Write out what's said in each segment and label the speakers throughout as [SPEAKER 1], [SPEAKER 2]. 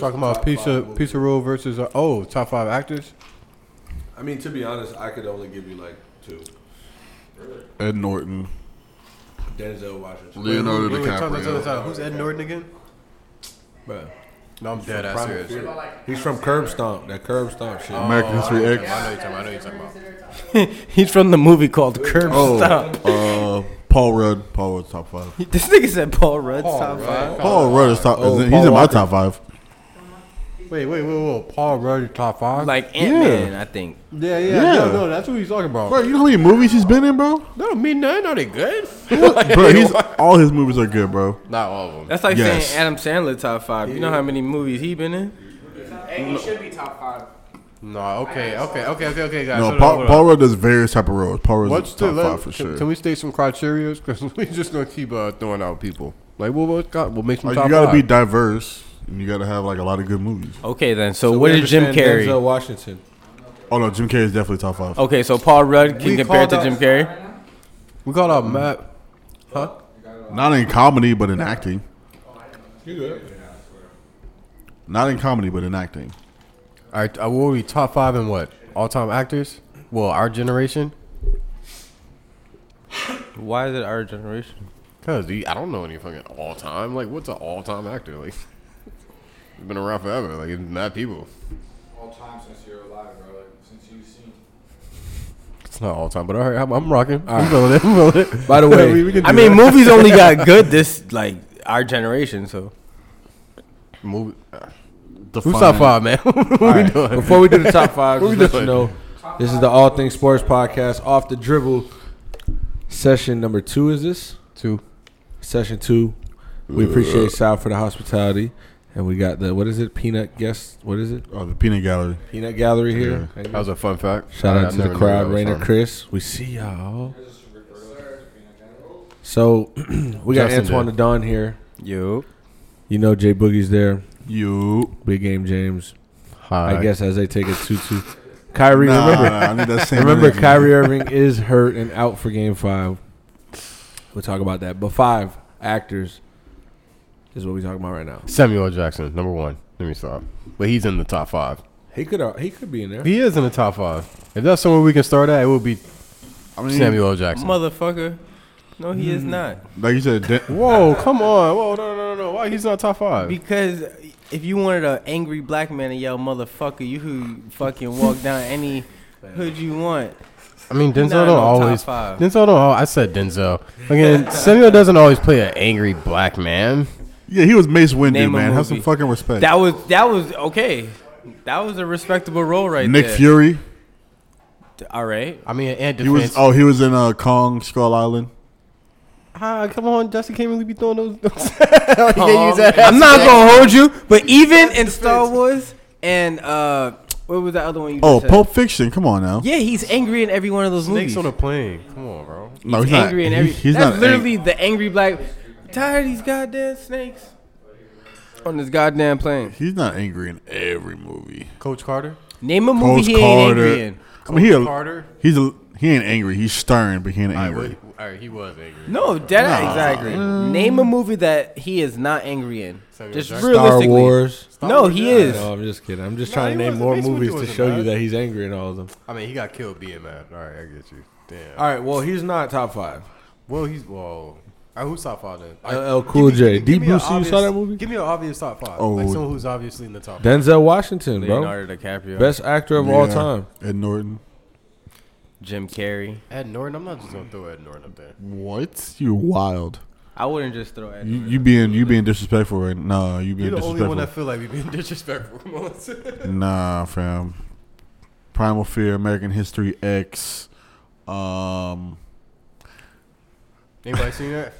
[SPEAKER 1] Talking about
[SPEAKER 2] Top
[SPEAKER 1] pizza,
[SPEAKER 2] five
[SPEAKER 1] pizza roll versus uh, oh, top five actors.
[SPEAKER 2] I mean, to be honest, I could only give you like two.
[SPEAKER 3] Ed Norton,
[SPEAKER 2] Denzel Washington.
[SPEAKER 3] Leonardo
[SPEAKER 1] Wait, wait, time, time, time,
[SPEAKER 3] DiCaprio.
[SPEAKER 1] time. Who's Ed Norton again?
[SPEAKER 2] Bruh.
[SPEAKER 1] No, I'm dead ass
[SPEAKER 2] Primal
[SPEAKER 1] serious.
[SPEAKER 2] Fear. He's from Curb Stomp. That Curb Stomp shit.
[SPEAKER 3] American History X.
[SPEAKER 1] Oh, I know you're talking. I know you're talking about.
[SPEAKER 4] He's from the movie called Curb Stop.
[SPEAKER 3] Oh, uh, Paul Rudd. Paul Rudd's top five.
[SPEAKER 4] This nigga said Paul Rudd's top five.
[SPEAKER 3] Paul Rudd is top.
[SPEAKER 2] Oh,
[SPEAKER 3] is in-
[SPEAKER 2] Paul
[SPEAKER 3] he's in my
[SPEAKER 2] Walker.
[SPEAKER 3] top five.
[SPEAKER 1] Wait, wait, wait, wait. Paul Rudd top five.
[SPEAKER 4] Like Ant Man, I think.
[SPEAKER 1] yeah, yeah,
[SPEAKER 3] Yeah.
[SPEAKER 1] No, no, that's what he's talking about.
[SPEAKER 3] Bro, you know how many movies he's been in, bro?
[SPEAKER 1] No, me none. Are they good?
[SPEAKER 3] Bro, he's all his movies are good, bro.
[SPEAKER 1] Not all of them.
[SPEAKER 4] That's like
[SPEAKER 3] Yes.
[SPEAKER 4] saying Adam Sandler top five. You know how many movies he been in?
[SPEAKER 5] And he should be top five.
[SPEAKER 1] No, okay, okay, okay, okay, okay, guys.
[SPEAKER 3] No,
[SPEAKER 1] hold on,
[SPEAKER 3] Paul,
[SPEAKER 1] hold on.
[SPEAKER 3] Paul Rudd does various type of roles. Paul Rudd's
[SPEAKER 1] What's
[SPEAKER 3] top
[SPEAKER 1] the let-
[SPEAKER 3] five for
[SPEAKER 1] can,
[SPEAKER 3] sure.
[SPEAKER 1] Can we state some criteria? Because we just gonna keep uh, throwing out people. Like, what what got what makes them
[SPEAKER 3] Like,
[SPEAKER 1] top
[SPEAKER 3] Uh, you gotta be
[SPEAKER 1] five?
[SPEAKER 3] diverse, and you gotta have like a lot of good movies.
[SPEAKER 4] Okay, then. So,
[SPEAKER 2] So
[SPEAKER 4] what
[SPEAKER 2] we
[SPEAKER 4] is Jim
[SPEAKER 2] understand
[SPEAKER 4] Carrey?
[SPEAKER 2] Denzel Washington.
[SPEAKER 3] Oh no, Jim Carrey is definitely top
[SPEAKER 1] Oh.
[SPEAKER 3] five.
[SPEAKER 4] Okay, so Paul Rudd can
[SPEAKER 1] We
[SPEAKER 4] compare it to
[SPEAKER 1] called
[SPEAKER 4] Jim
[SPEAKER 1] out-
[SPEAKER 4] Carrey.
[SPEAKER 1] we call out Matt. Huh?
[SPEAKER 3] Not in comedy, but in acting.
[SPEAKER 2] You good?
[SPEAKER 3] Not in comedy, but in acting.
[SPEAKER 1] All right, uh, what are we top five in what all time actors? Well, our generation.
[SPEAKER 4] Why is it our generation?
[SPEAKER 1] Cause the- I don't know any fucking all time. Like, what's an all time actor? Like, it's been around forever. Like, it's mad people.
[SPEAKER 5] All time since you're alive, bro. Like, since you've seen.
[SPEAKER 1] It's not all time, but all right, I'm, I'm rocking. I'm feeling it. I'm feeling it.
[SPEAKER 2] By the way,
[SPEAKER 1] We- we can
[SPEAKER 4] I
[SPEAKER 1] do
[SPEAKER 4] mean,
[SPEAKER 1] that.
[SPEAKER 4] movies only got good this like our generation. So
[SPEAKER 1] movie. uh,
[SPEAKER 3] Define
[SPEAKER 1] Who's top five, man? what we doing?
[SPEAKER 2] Before we do the top five,
[SPEAKER 1] What
[SPEAKER 2] just
[SPEAKER 1] we
[SPEAKER 2] let you
[SPEAKER 1] doing?
[SPEAKER 2] know this is the All Things Sports Podcast off the dribble. Session number two is this?
[SPEAKER 1] Two.
[SPEAKER 2] Session two. We appreciate Sal for the hospitality. And we got the, what is it? Peanut guest. What is it?
[SPEAKER 3] Oh, the Peanut Gallery.
[SPEAKER 2] Peanut gallery here.
[SPEAKER 1] That was a fun fact.
[SPEAKER 2] Shout
[SPEAKER 1] I- I
[SPEAKER 2] out to
[SPEAKER 1] never
[SPEAKER 2] the
[SPEAKER 1] knew
[SPEAKER 2] crowd,
[SPEAKER 1] that was
[SPEAKER 2] Rainer
[SPEAKER 1] on.
[SPEAKER 2] Chris. We see y'all. So we got
[SPEAKER 1] Justin
[SPEAKER 2] Antoine
[SPEAKER 1] did.
[SPEAKER 2] Don here.
[SPEAKER 4] yo,
[SPEAKER 2] You know Jay Boogie's there.
[SPEAKER 3] You.
[SPEAKER 2] Big game James.
[SPEAKER 1] Hi.
[SPEAKER 2] I guess as they take it two two. Kyrie,
[SPEAKER 3] Nah,
[SPEAKER 2] remember
[SPEAKER 3] I need that same
[SPEAKER 2] remember
[SPEAKER 3] energy.
[SPEAKER 2] Kyrie Irving is hurt and out for game five. We'll talk about that. But five actors is what we're talking about right now.
[SPEAKER 1] Samuel Jackson, number one. Let me stop. But he's in the top five.
[SPEAKER 2] He could uh, he could be in there.
[SPEAKER 1] He is in the top five. If that's somewhere we can start at, it would be
[SPEAKER 3] I mean,
[SPEAKER 1] Samuel L. Jackson.
[SPEAKER 4] motherfucker. No, he is not.
[SPEAKER 3] Like you said, Den-
[SPEAKER 1] Whoa, come on. Whoa, no, no, no, no. Why he's not top five?
[SPEAKER 4] Because if you wanted an angry black man to yell motherfucker, you could fucking walk down any hood you want.
[SPEAKER 1] I mean, Denzel
[SPEAKER 4] Nah,
[SPEAKER 1] don't
[SPEAKER 4] no, top
[SPEAKER 1] always.
[SPEAKER 4] five.
[SPEAKER 1] Denzel don't. al- I said Denzel. Again, Samuel doesn't always play an angry black man.
[SPEAKER 3] yeah, he was Mace Windu,
[SPEAKER 4] Name a
[SPEAKER 3] man. Have some
[SPEAKER 4] movie.
[SPEAKER 3] fucking respect.
[SPEAKER 4] That was that was okay. That was a respectable role right
[SPEAKER 3] Nick
[SPEAKER 4] there.
[SPEAKER 3] Fury.
[SPEAKER 4] All right.
[SPEAKER 1] I mean, and
[SPEAKER 3] He was.
[SPEAKER 1] defense.
[SPEAKER 3] Oh, he was in uh, Kong Skull Island.
[SPEAKER 1] ah, come on, Justin can't really be throwing those. Oh, he didn't use that.
[SPEAKER 4] I'm not gonna hold you, but even in Star Wars and uh, what was the other one? You
[SPEAKER 3] Oh,
[SPEAKER 4] just said?
[SPEAKER 3] Pulp Fiction. Come on now.
[SPEAKER 4] Yeah, he's angry in every one of those
[SPEAKER 1] Snakes
[SPEAKER 4] movies.
[SPEAKER 1] on a plane. Come on, bro.
[SPEAKER 3] no,
[SPEAKER 4] he's angry in every.
[SPEAKER 3] he- he's
[SPEAKER 4] that's
[SPEAKER 3] not
[SPEAKER 4] literally the angry black. tired of these goddamn snakes on this goddamn plane.
[SPEAKER 3] He's not angry in every movie.
[SPEAKER 1] Coach Carter.
[SPEAKER 4] Name a movie
[SPEAKER 3] Coach
[SPEAKER 4] he ain't
[SPEAKER 3] Carter.
[SPEAKER 4] angry in.
[SPEAKER 3] I mean, he a,
[SPEAKER 1] Carter?
[SPEAKER 3] He's a, he ain't angry. He's stern, but he ain't angry.
[SPEAKER 1] all right, he was angry.
[SPEAKER 4] No, that
[SPEAKER 3] Nah.
[SPEAKER 4] exactly. Name a movie that he is not angry in.
[SPEAKER 1] Samuel
[SPEAKER 4] Just
[SPEAKER 1] Jackson.
[SPEAKER 2] Star
[SPEAKER 4] realistically.
[SPEAKER 2] Wars.
[SPEAKER 4] No, he
[SPEAKER 1] Wars, yeah.
[SPEAKER 4] is.
[SPEAKER 2] No, I'm just kidding. I'm just
[SPEAKER 1] Nah,
[SPEAKER 2] trying
[SPEAKER 1] he
[SPEAKER 2] to name
[SPEAKER 1] wasn't-
[SPEAKER 2] more
[SPEAKER 1] Mace Windu
[SPEAKER 2] movies to
[SPEAKER 1] wasn't
[SPEAKER 2] show you
[SPEAKER 1] bad.
[SPEAKER 2] that he's angry in all of them.
[SPEAKER 1] I mean, he got killed being mad. All right, I get you. Damn.
[SPEAKER 2] All right, well, he's not top five.
[SPEAKER 1] Well, he's well. All right, who's top five then? Like,
[SPEAKER 2] LL Cool
[SPEAKER 1] give me-
[SPEAKER 2] J.
[SPEAKER 1] give
[SPEAKER 2] D.
[SPEAKER 1] me an
[SPEAKER 2] Bruce, you saw
[SPEAKER 1] obvious-
[SPEAKER 2] that movie?
[SPEAKER 1] Give me an obvious top five.
[SPEAKER 3] Oh.
[SPEAKER 1] Like someone who's obviously in the top. five.
[SPEAKER 2] Denzel Washington, bro.
[SPEAKER 4] Leonardo DiCaprio,
[SPEAKER 2] Best actor of all
[SPEAKER 3] Yeah.
[SPEAKER 2] time.
[SPEAKER 3] Ed Norton.
[SPEAKER 4] Jim Carrey.
[SPEAKER 1] Ed Norton. I'm not just gonna throw Ed Norton up there.
[SPEAKER 3] What? You wild.
[SPEAKER 4] I wouldn't just throw. Ed
[SPEAKER 3] You, you being you being disrespectful right Nah, you being
[SPEAKER 1] You're the only
[SPEAKER 3] disrespectful.
[SPEAKER 1] one that feel like we being disrespectful. Come on.
[SPEAKER 3] nah, fam. Primal Fear, American History X. Um,
[SPEAKER 1] Anybody seen that?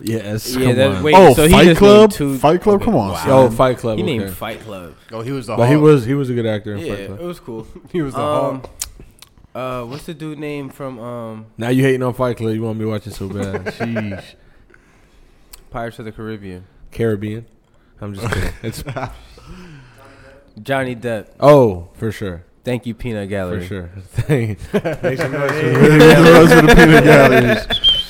[SPEAKER 2] Yes.
[SPEAKER 4] Yeah, that- wait,
[SPEAKER 3] oh,
[SPEAKER 4] so he
[SPEAKER 3] Fight
[SPEAKER 4] just
[SPEAKER 3] Club.
[SPEAKER 4] named two-
[SPEAKER 3] Fight Club.
[SPEAKER 4] okay,
[SPEAKER 3] Come on,
[SPEAKER 4] wow.
[SPEAKER 3] son.
[SPEAKER 2] Oh, Fight Club.
[SPEAKER 4] He named
[SPEAKER 2] okay.
[SPEAKER 4] Fight Club.
[SPEAKER 1] Oh, he was the.
[SPEAKER 2] But he
[SPEAKER 1] Hulk.
[SPEAKER 2] was he was a good actor in
[SPEAKER 4] Yeah,
[SPEAKER 2] Fight
[SPEAKER 4] it
[SPEAKER 2] Club.
[SPEAKER 4] was cool.
[SPEAKER 1] He was the.
[SPEAKER 4] Um,
[SPEAKER 1] Hulk.
[SPEAKER 4] uh, what's the dude name from um
[SPEAKER 2] Now you hating on Fight Club. You want me watching so bad? Sheesh.
[SPEAKER 4] Pirates of the Caribbean?
[SPEAKER 2] Caribbean. I'm just kidding. It's
[SPEAKER 4] Johnny Depp.
[SPEAKER 2] oh for sure,
[SPEAKER 4] Thank you, Peanut
[SPEAKER 2] for
[SPEAKER 4] Gallery.
[SPEAKER 2] sure. Thank make some noise for
[SPEAKER 3] The rest of the peanut galleries.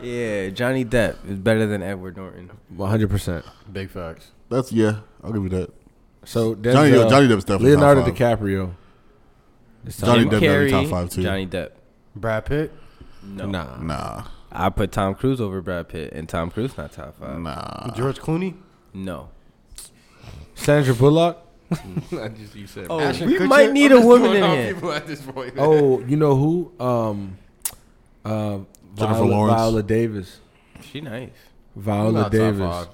[SPEAKER 4] Yeah, Johnny Depp is better than Edward Norton.
[SPEAKER 2] 100. percent
[SPEAKER 1] Big facts.
[SPEAKER 3] that's yeah. I'll give you that.
[SPEAKER 2] So Denzel,
[SPEAKER 3] Johnny Johnny Depp's definitely
[SPEAKER 2] Leonardo
[SPEAKER 3] top five.
[SPEAKER 2] DiCaprio. It's top
[SPEAKER 3] Johnny
[SPEAKER 2] five.
[SPEAKER 3] Depp definitely top five too.
[SPEAKER 4] Johnny Depp.
[SPEAKER 1] Brad Pitt.
[SPEAKER 4] No.
[SPEAKER 2] Nah.
[SPEAKER 3] Nah,
[SPEAKER 4] I put Tom Cruise over Brad Pitt, and Tom Cruise not top five.
[SPEAKER 3] nah.
[SPEAKER 1] George Clooney.
[SPEAKER 4] No.
[SPEAKER 2] Sandra Bullock.
[SPEAKER 1] I just you said.
[SPEAKER 4] Oh, we might need a woman in here.
[SPEAKER 1] People at this point.
[SPEAKER 2] Oh, you know who? Um, uh,
[SPEAKER 3] Jennifer
[SPEAKER 2] Viola,
[SPEAKER 3] Lawrence.
[SPEAKER 2] Viola Davis.
[SPEAKER 4] She nice.
[SPEAKER 2] Viola Davis.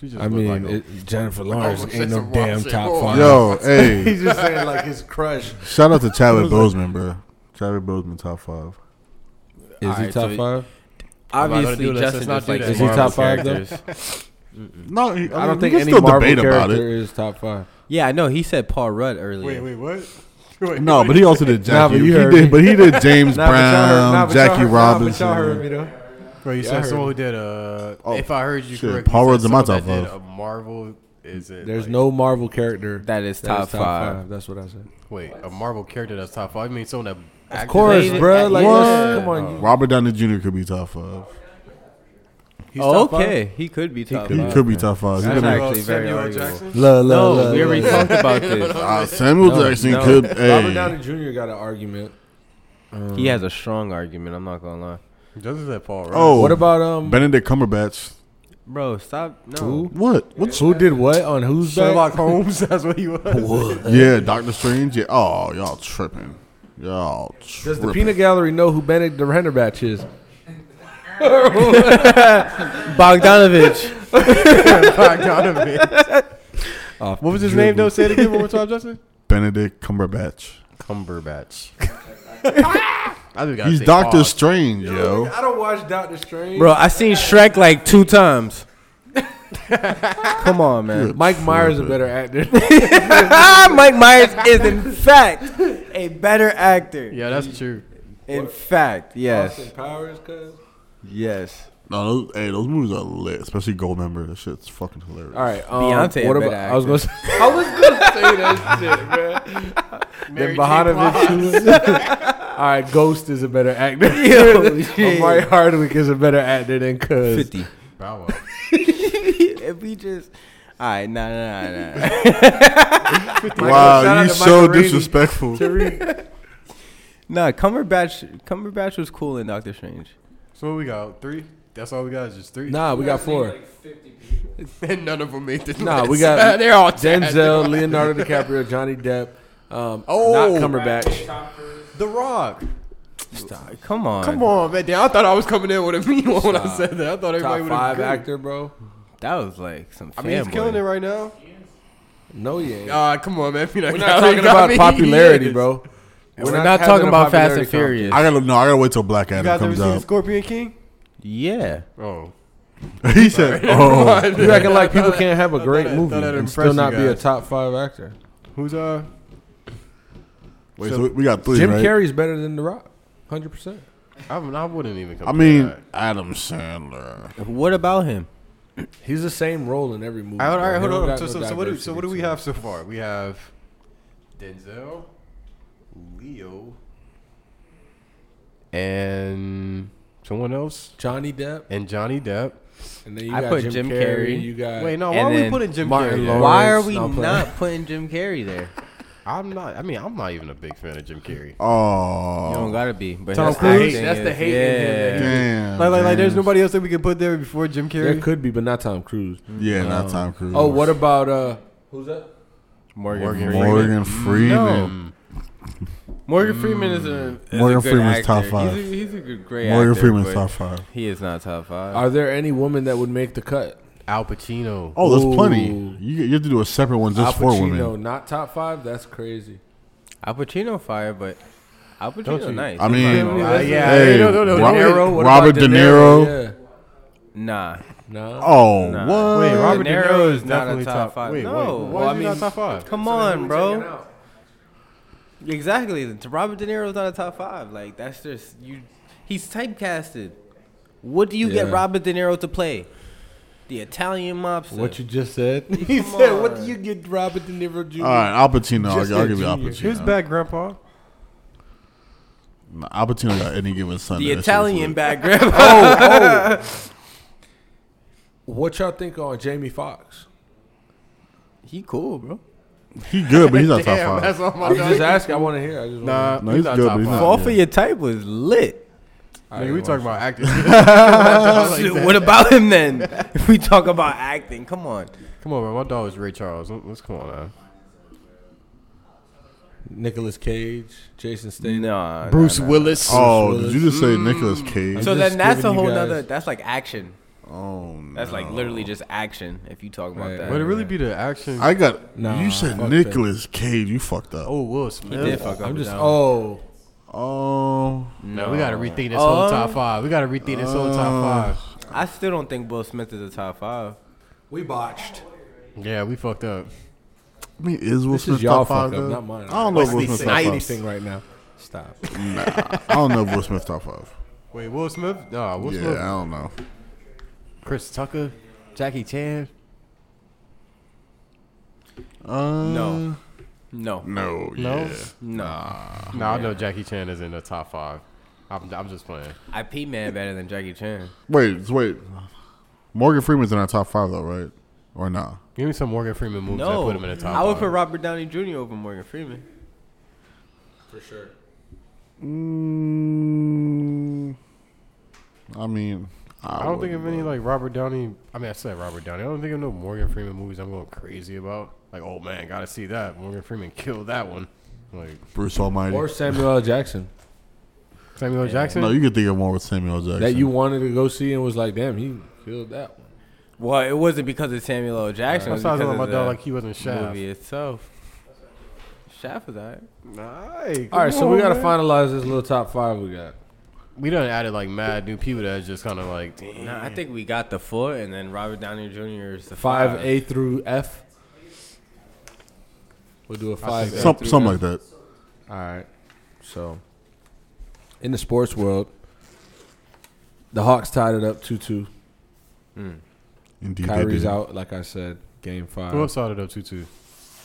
[SPEAKER 1] She just
[SPEAKER 2] I mean, it, Jennifer Lawrence
[SPEAKER 1] almost said
[SPEAKER 2] ain't no
[SPEAKER 1] some wild
[SPEAKER 2] damn
[SPEAKER 1] shit.
[SPEAKER 2] top
[SPEAKER 1] Whoa.
[SPEAKER 2] five.
[SPEAKER 3] Yo, hey,
[SPEAKER 2] he's just saying like his crush.
[SPEAKER 3] shout out to Chadwick Boseman, bro. Chadwick Boseman top five.
[SPEAKER 2] Is he
[SPEAKER 4] Alright,
[SPEAKER 2] top
[SPEAKER 4] so-
[SPEAKER 2] five?
[SPEAKER 4] Obviously,
[SPEAKER 1] do this.
[SPEAKER 4] Justin
[SPEAKER 1] Let's not
[SPEAKER 4] just
[SPEAKER 1] do
[SPEAKER 4] like
[SPEAKER 1] that.
[SPEAKER 2] Is he top five, though?
[SPEAKER 3] No, he,
[SPEAKER 2] I don't think any
[SPEAKER 3] still
[SPEAKER 2] Marvel
[SPEAKER 3] debate about
[SPEAKER 2] character
[SPEAKER 3] it.
[SPEAKER 2] is top five.
[SPEAKER 4] Yeah, I know. He said Paul Rudd earlier.
[SPEAKER 1] what?
[SPEAKER 3] No, but he also did
[SPEAKER 2] Nah,
[SPEAKER 3] Jackie.
[SPEAKER 2] but you
[SPEAKER 3] he
[SPEAKER 2] heard me.
[SPEAKER 3] did, but he did James Brown, Jackie Robinson.
[SPEAKER 1] Bro, you
[SPEAKER 2] I
[SPEAKER 1] said
[SPEAKER 2] heard
[SPEAKER 1] someone who did uh
[SPEAKER 3] Oh,
[SPEAKER 1] if I heard you
[SPEAKER 3] shit.
[SPEAKER 1] correctly,
[SPEAKER 3] Paul
[SPEAKER 1] you said
[SPEAKER 3] Rudd's in my
[SPEAKER 1] someone
[SPEAKER 3] top
[SPEAKER 1] that did
[SPEAKER 3] five.
[SPEAKER 1] A Marvel is it?
[SPEAKER 2] There's
[SPEAKER 1] like-
[SPEAKER 2] no Marvel character
[SPEAKER 4] That is
[SPEAKER 2] that is
[SPEAKER 4] top, five.
[SPEAKER 2] That's what I said.
[SPEAKER 1] wait a Marvel character that's top five. I mean, someone that
[SPEAKER 2] Of course,
[SPEAKER 4] Activated-
[SPEAKER 2] bro. Like,
[SPEAKER 4] What?
[SPEAKER 2] let's- come on. you-
[SPEAKER 3] Robert Downey Jr. could be top five.
[SPEAKER 2] He's top five?
[SPEAKER 4] okay, he could be top
[SPEAKER 3] He
[SPEAKER 4] five.
[SPEAKER 3] could be top five. He
[SPEAKER 4] That's
[SPEAKER 3] could
[SPEAKER 4] actually
[SPEAKER 3] be-
[SPEAKER 4] very arguable.
[SPEAKER 1] Jackson.
[SPEAKER 2] Look,
[SPEAKER 4] No,
[SPEAKER 2] look, look,
[SPEAKER 4] Oh, we already
[SPEAKER 2] look.
[SPEAKER 4] talked about this.
[SPEAKER 3] Uh, Samuel
[SPEAKER 2] No,
[SPEAKER 3] Jackson
[SPEAKER 4] no.
[SPEAKER 3] could.
[SPEAKER 2] Robert
[SPEAKER 3] Hey,
[SPEAKER 2] Downey Jr. got an argument.
[SPEAKER 4] He has a strong argument. I'm not gonna lie,
[SPEAKER 1] Doesn't that Paul Rudd?
[SPEAKER 3] Oh,
[SPEAKER 2] What about um?
[SPEAKER 3] Benedict Cumberbatch?
[SPEAKER 4] bro. Stop. No.
[SPEAKER 2] Who?
[SPEAKER 3] What? What's
[SPEAKER 2] Who did what on who's
[SPEAKER 1] Sherlock
[SPEAKER 2] back?
[SPEAKER 1] Holmes. That's what he was.
[SPEAKER 3] yeah, Doctor Strange. Yeah. Oh, y'all tripping. Y'all tripping.
[SPEAKER 2] Does the peanut gallery know who Benedict Cumberbatch is?
[SPEAKER 4] Bogdanovich.
[SPEAKER 1] I got him, man.
[SPEAKER 2] Off
[SPEAKER 1] What was
[SPEAKER 2] the
[SPEAKER 1] his name though?
[SPEAKER 2] dribble.
[SPEAKER 1] Say it again one more time, Justin.
[SPEAKER 3] Benedict Cumberbatch?
[SPEAKER 1] Cumberbatch. I just gotta
[SPEAKER 3] He's
[SPEAKER 1] say
[SPEAKER 3] Doctor
[SPEAKER 1] Paul.
[SPEAKER 3] Strange, yo.
[SPEAKER 2] I don't watch Doctor Strange.
[SPEAKER 4] bro, I seen Shrek like two times. Come on, man.
[SPEAKER 2] Mike Myers a better actor.
[SPEAKER 4] Mike Myers is in fact a better actor.
[SPEAKER 1] Yeah, that's true.
[SPEAKER 4] In fact, yes,
[SPEAKER 2] Austin Powers, cuz.
[SPEAKER 4] yes.
[SPEAKER 3] No, those, hey, those movies are lit, especially Gold Member. That shit's fucking hilarious.
[SPEAKER 2] All right, um,
[SPEAKER 4] Beyonce a
[SPEAKER 2] What
[SPEAKER 4] better
[SPEAKER 2] about? I was gonna say
[SPEAKER 4] I was good.
[SPEAKER 2] then Bohanovich. All right, Ghost is a better actor.
[SPEAKER 4] Yo, shit.
[SPEAKER 2] Amari Hardwick is a better actor than Cuz.
[SPEAKER 4] Fifty.
[SPEAKER 1] Bow Wow.
[SPEAKER 4] if we just, all right, nah, nah, nah, nah.
[SPEAKER 2] shout out
[SPEAKER 3] Wow, you
[SPEAKER 2] to
[SPEAKER 3] so
[SPEAKER 2] Michael Reedy.
[SPEAKER 3] disrespectful.
[SPEAKER 4] Nah, Cumberbatch, Cumberbatch was cool in Doctor Strange.
[SPEAKER 1] So what we got three. That's all we got is just three.
[SPEAKER 2] Nah, we got four.
[SPEAKER 1] and none of them made the
[SPEAKER 2] Nah,
[SPEAKER 1] list.
[SPEAKER 2] we got
[SPEAKER 1] they're all
[SPEAKER 2] Denzel,
[SPEAKER 1] dead.
[SPEAKER 2] Leonardo DiCaprio, Johnny Depp. Um,
[SPEAKER 1] Oh.
[SPEAKER 2] not Cumberbatch.
[SPEAKER 1] The Rock.
[SPEAKER 4] Stop, come on,
[SPEAKER 1] Come on, man. Damn, I thought I was coming in with a mean one when I
[SPEAKER 2] Stop.
[SPEAKER 1] said that. I thought everybody
[SPEAKER 2] Top
[SPEAKER 1] would
[SPEAKER 2] five
[SPEAKER 1] agree.
[SPEAKER 2] actor, bro.
[SPEAKER 4] That was like some.
[SPEAKER 1] I mean, he's killing it right now.
[SPEAKER 2] No, you ain't.
[SPEAKER 1] Ah, come on, man.
[SPEAKER 2] We're not talking about popularity, bro.
[SPEAKER 4] We're, not, talking
[SPEAKER 2] having a
[SPEAKER 4] about Fast and
[SPEAKER 2] popularity
[SPEAKER 4] Furious.
[SPEAKER 3] I gotta no, I gotta wait till Black
[SPEAKER 1] You
[SPEAKER 3] Adam
[SPEAKER 1] guys ever
[SPEAKER 3] comes
[SPEAKER 1] seen
[SPEAKER 3] out.
[SPEAKER 1] Scorpion King?
[SPEAKER 4] yeah,
[SPEAKER 1] Oh.
[SPEAKER 3] he said, "Oh,
[SPEAKER 2] contest. You acting like people can't have a great
[SPEAKER 1] that-
[SPEAKER 2] movie
[SPEAKER 1] thought that
[SPEAKER 2] and still
[SPEAKER 1] impressed
[SPEAKER 2] not
[SPEAKER 1] you
[SPEAKER 2] be a
[SPEAKER 1] guys.
[SPEAKER 2] top five actor.
[SPEAKER 1] Who's uh?
[SPEAKER 3] wait, so we got three,
[SPEAKER 2] Jim
[SPEAKER 3] right?"
[SPEAKER 2] Carrey's better than The Rock, hundred percent.
[SPEAKER 1] I, I wouldn't even.
[SPEAKER 3] I
[SPEAKER 1] compare
[SPEAKER 3] mean,
[SPEAKER 1] that.
[SPEAKER 3] Adam Sandler.
[SPEAKER 4] What about him?
[SPEAKER 2] He's the same role in every movie.
[SPEAKER 1] All right, all right,
[SPEAKER 2] bro. He
[SPEAKER 1] hold
[SPEAKER 2] don't
[SPEAKER 1] on.
[SPEAKER 2] got
[SPEAKER 1] So,
[SPEAKER 2] no
[SPEAKER 1] so, so, what do, so
[SPEAKER 2] diversity
[SPEAKER 1] what do we
[SPEAKER 2] to
[SPEAKER 1] have so far? We have Denzel, Leo, and someone else,
[SPEAKER 2] it. Johnny Depp,
[SPEAKER 1] and Johnny Depp.
[SPEAKER 2] and then you
[SPEAKER 4] I
[SPEAKER 2] got
[SPEAKER 4] put
[SPEAKER 2] Jim,
[SPEAKER 4] Jim
[SPEAKER 2] Carrey.
[SPEAKER 4] Carrey.
[SPEAKER 2] You got
[SPEAKER 1] Wait, no,
[SPEAKER 4] and
[SPEAKER 1] why are we
[SPEAKER 4] then
[SPEAKER 1] putting Jim
[SPEAKER 2] Martin
[SPEAKER 1] Carrey?
[SPEAKER 2] Lawrence.
[SPEAKER 1] There?
[SPEAKER 4] Why are we
[SPEAKER 2] no, I'm playing.
[SPEAKER 4] not putting Jim Carrey there?
[SPEAKER 1] I'm not. I mean, I'm not even a big fan of Jim Carrey.
[SPEAKER 4] You don't
[SPEAKER 3] Oh,
[SPEAKER 4] gotta be. But
[SPEAKER 1] Tom
[SPEAKER 4] that's
[SPEAKER 1] Cruise?
[SPEAKER 4] the hate-
[SPEAKER 1] That's the hate in
[SPEAKER 4] Yeah.
[SPEAKER 1] him.
[SPEAKER 3] damn.
[SPEAKER 1] Like, like, like, there's
[SPEAKER 3] James.
[SPEAKER 1] nobody else that we could put there before Jim
[SPEAKER 2] there
[SPEAKER 1] Carrey.
[SPEAKER 2] could be, but not Tom Cruise.
[SPEAKER 1] Mm.
[SPEAKER 3] Yeah, not Tom Cruise.
[SPEAKER 2] Oh, what about uh? Who's that?
[SPEAKER 4] Morgan,
[SPEAKER 1] Morgan
[SPEAKER 4] Freeman.
[SPEAKER 3] Morgan Freeman?
[SPEAKER 4] Morgan Freeman is a is
[SPEAKER 3] Morgan
[SPEAKER 4] a good
[SPEAKER 3] Freeman's
[SPEAKER 4] actor.
[SPEAKER 3] top five.
[SPEAKER 4] He's a, he's a good, great
[SPEAKER 3] Morgan
[SPEAKER 4] actor,
[SPEAKER 3] Freeman's
[SPEAKER 4] but
[SPEAKER 3] top five.
[SPEAKER 4] He is not top five.
[SPEAKER 2] Are there any women that would make the cut?
[SPEAKER 1] Al Pacino.
[SPEAKER 3] Oh, there's
[SPEAKER 2] Ooh.
[SPEAKER 3] plenty. You, you have to do a separate one just
[SPEAKER 2] Al
[SPEAKER 3] for
[SPEAKER 2] Pacino,
[SPEAKER 3] women.
[SPEAKER 2] not top five. That's crazy.
[SPEAKER 4] Al Pacino fire, but Al
[SPEAKER 1] Don't you-
[SPEAKER 4] Pacino nice.
[SPEAKER 3] I
[SPEAKER 4] I'm not
[SPEAKER 3] mean,
[SPEAKER 4] gonna
[SPEAKER 1] Uh,
[SPEAKER 4] lie.
[SPEAKER 1] yeah,
[SPEAKER 3] Hey,
[SPEAKER 1] no, no, no,
[SPEAKER 3] Robert-
[SPEAKER 1] De Niro.
[SPEAKER 2] What about
[SPEAKER 3] Robert De Niro.
[SPEAKER 4] nah.
[SPEAKER 2] Yeah. No.
[SPEAKER 3] Oh,
[SPEAKER 4] Nah.
[SPEAKER 3] what?
[SPEAKER 1] Wait, Robert
[SPEAKER 4] De
[SPEAKER 1] De
[SPEAKER 4] Niro
[SPEAKER 1] Niro
[SPEAKER 4] is
[SPEAKER 1] is
[SPEAKER 4] not a
[SPEAKER 1] definitely
[SPEAKER 4] top
[SPEAKER 1] top,
[SPEAKER 4] five.
[SPEAKER 1] Wait,
[SPEAKER 4] No,
[SPEAKER 1] wait,
[SPEAKER 4] well,
[SPEAKER 1] why
[SPEAKER 2] I
[SPEAKER 1] is he
[SPEAKER 2] mean-
[SPEAKER 1] not top five?
[SPEAKER 4] Come on, bro. Exactly. Robert De Niro's not a top five. Like that's just you. He's typecasted. What do you get
[SPEAKER 2] Yeah.
[SPEAKER 4] Robert De Niro to play? The Italian mobster.
[SPEAKER 2] What you just said?
[SPEAKER 4] He Come said, "What do on. you
[SPEAKER 2] get, Robert De Niro Jr.?"
[SPEAKER 3] All right, Al Pacino.
[SPEAKER 2] Just
[SPEAKER 3] I'll,
[SPEAKER 2] a
[SPEAKER 3] I'll give you Al
[SPEAKER 2] junior.
[SPEAKER 3] Pacino.
[SPEAKER 1] Who's back, Grandpa?
[SPEAKER 3] Nah, Al Pacino got any given Sunday.
[SPEAKER 4] the
[SPEAKER 3] That shit's
[SPEAKER 4] Italian
[SPEAKER 3] lit.
[SPEAKER 4] background.
[SPEAKER 2] Oh, oh. what y'all think on Jamie Foxx?
[SPEAKER 4] He cool, bro.
[SPEAKER 3] He good, but he's not top
[SPEAKER 1] Damn,
[SPEAKER 3] five.
[SPEAKER 1] that's all my
[SPEAKER 2] I'm just
[SPEAKER 1] dog.
[SPEAKER 2] asking. I want to hear. I just wanna
[SPEAKER 1] Nah,
[SPEAKER 3] Oh. No,
[SPEAKER 1] he's,
[SPEAKER 3] he's
[SPEAKER 1] not
[SPEAKER 3] good,
[SPEAKER 1] top
[SPEAKER 3] but he's
[SPEAKER 1] five.
[SPEAKER 3] not-
[SPEAKER 4] Fall for your type was lit.
[SPEAKER 2] I
[SPEAKER 1] Nigga,
[SPEAKER 2] didn't
[SPEAKER 1] we
[SPEAKER 2] watch
[SPEAKER 1] talking about acting.
[SPEAKER 4] Shit, what about him then? if we talk about acting, come on.
[SPEAKER 1] come on, man. My dog is Ray Charles. Let- Let's come on, man.
[SPEAKER 2] Nicolas Cage, Jason Statham.
[SPEAKER 4] Nah.
[SPEAKER 1] Bruce Willis.
[SPEAKER 3] Oh,
[SPEAKER 2] Willis.
[SPEAKER 3] did you just say Nicholas Cage?
[SPEAKER 4] So
[SPEAKER 2] I'm
[SPEAKER 4] then
[SPEAKER 2] just
[SPEAKER 4] that's a
[SPEAKER 2] giving you
[SPEAKER 4] whole
[SPEAKER 2] guys-
[SPEAKER 4] nother. That's like action.
[SPEAKER 3] oh, no.
[SPEAKER 4] That's like literally just action. If you talk about
[SPEAKER 2] Right.
[SPEAKER 4] that.
[SPEAKER 1] Would it really be the action?
[SPEAKER 3] I got.
[SPEAKER 2] Nah,
[SPEAKER 3] you said
[SPEAKER 2] fuck
[SPEAKER 3] Nicholas Cage. You fucked up.
[SPEAKER 1] oh, Will Smith.
[SPEAKER 4] did fuck up
[SPEAKER 2] I'm just
[SPEAKER 4] with that one.
[SPEAKER 2] oh.
[SPEAKER 3] Oh,
[SPEAKER 1] No, we gotta rethink this whole
[SPEAKER 4] Uh,
[SPEAKER 1] top five. We gotta rethink this whole
[SPEAKER 4] Oh.
[SPEAKER 1] top five.
[SPEAKER 4] I still don't think Will Smith is a top five.
[SPEAKER 2] We botched.
[SPEAKER 1] Yeah, we fucked up.
[SPEAKER 3] I mean, is Will
[SPEAKER 2] This
[SPEAKER 3] Smith
[SPEAKER 2] is y'all
[SPEAKER 3] top five?
[SPEAKER 2] fuck up,
[SPEAKER 3] though?
[SPEAKER 2] not mine.
[SPEAKER 3] I don't know if Will
[SPEAKER 1] Wesley
[SPEAKER 3] Smith top
[SPEAKER 1] Snipes.
[SPEAKER 3] five.
[SPEAKER 2] Anything right now. Stop.
[SPEAKER 3] Nah, I don't know if Will Smith top five.
[SPEAKER 1] Wait, Will Smith? Nah, Will
[SPEAKER 3] yeah,
[SPEAKER 1] Smith.
[SPEAKER 3] I don't know.
[SPEAKER 1] Chris Tucker, Jackie Chan.
[SPEAKER 3] Uh,
[SPEAKER 2] Mm.
[SPEAKER 4] No. No.
[SPEAKER 3] no,
[SPEAKER 1] No?
[SPEAKER 3] yeah.
[SPEAKER 4] No.
[SPEAKER 1] Nah, I know Jackie Chan is in the top five. I'm, I'm just playing.
[SPEAKER 4] IP man better than Jackie Chan.
[SPEAKER 3] Wait, wait. Morgan Freeman's in our top five though, right? Or not?
[SPEAKER 1] Give me some Morgan Freeman movies that
[SPEAKER 4] No,
[SPEAKER 1] put him in the top.
[SPEAKER 4] I would
[SPEAKER 1] five.
[SPEAKER 4] put Robert Downey Jr. over Morgan Freeman.
[SPEAKER 2] For sure.
[SPEAKER 3] Mm, I mean, I,
[SPEAKER 1] I don't think
[SPEAKER 3] wouldn't
[SPEAKER 1] of any
[SPEAKER 3] know.
[SPEAKER 1] like Robert Downey. I mean, I said Robert Downey. I don't think of no Morgan Freeman movies I'm going crazy about. Like, oh man, gotta see that. Morgan Freeman killed that one. Like
[SPEAKER 3] Bruce Almighty.
[SPEAKER 2] Or Samuel L. Jackson
[SPEAKER 1] Samuel L. Jackson.
[SPEAKER 3] no, you could think of one with Samuel Jackson.
[SPEAKER 2] that you wanted to go see and was like, damn, he killed that one.
[SPEAKER 4] Well, it wasn't because of Samuel L. Jackson.
[SPEAKER 1] That's
[SPEAKER 4] It
[SPEAKER 1] why I
[SPEAKER 4] was
[SPEAKER 1] was on
[SPEAKER 4] because
[SPEAKER 1] my
[SPEAKER 4] of
[SPEAKER 1] dog
[SPEAKER 4] the
[SPEAKER 1] like he wasn't Shaft.
[SPEAKER 4] movie itself. Shaft was alright.
[SPEAKER 2] All right, so we gotta finalize this little top five we got.
[SPEAKER 1] We done added like mad new people that's just kind of like. Damn.
[SPEAKER 4] Nah, I think we got the four, and then Robert Downey Jr. is the
[SPEAKER 2] Five A through F. We'll do a five. A
[SPEAKER 3] Some,
[SPEAKER 2] through
[SPEAKER 3] something
[SPEAKER 2] F.
[SPEAKER 3] like that.
[SPEAKER 2] All right. So, in the sports world, the Hawks tied it up 2 2.
[SPEAKER 3] Indeed, they
[SPEAKER 2] Kyrie's
[SPEAKER 3] did.
[SPEAKER 2] out, like I said, game five.
[SPEAKER 1] Who else started up two two?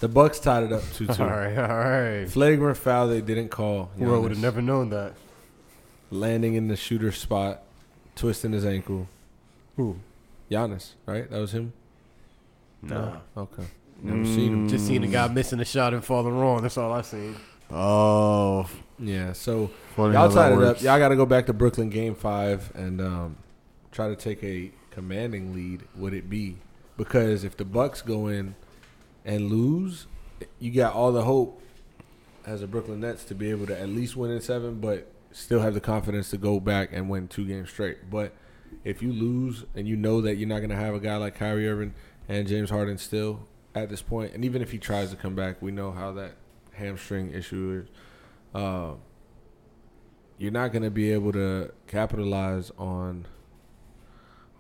[SPEAKER 2] The Bucks tied it up 2 2.
[SPEAKER 1] All right, all right.
[SPEAKER 2] Flagrant foul they didn't call.
[SPEAKER 1] World would have
[SPEAKER 2] Giannis.
[SPEAKER 1] never known that.
[SPEAKER 2] Landing in the shooter spot, twisting his ankle.
[SPEAKER 1] Who?
[SPEAKER 2] Giannis, right? That was him?
[SPEAKER 1] No.
[SPEAKER 2] Okay. Never
[SPEAKER 1] Mm.
[SPEAKER 2] seen him.
[SPEAKER 1] Just seeing a guy missing a shot and falling wrong. That's all I seen.
[SPEAKER 3] Oh,
[SPEAKER 2] Yeah, so
[SPEAKER 3] funny how
[SPEAKER 2] y'all
[SPEAKER 3] that
[SPEAKER 2] tied it up.
[SPEAKER 3] works.
[SPEAKER 2] Y'all got to go back to Brooklyn game five and um, try to take a commanding lead. Would it be because if the Bucks go in and lose, you got all the hope as a Brooklyn Nets to be able to at least win in seven, but still have the confidence to go back and win two games straight. But if you lose and you know that you're not going to have a guy like Kyrie Irving and James Harden still at this point, and even if he tries to come back, we know how that hamstring issue is. Uh, you're not going to be able to capitalize on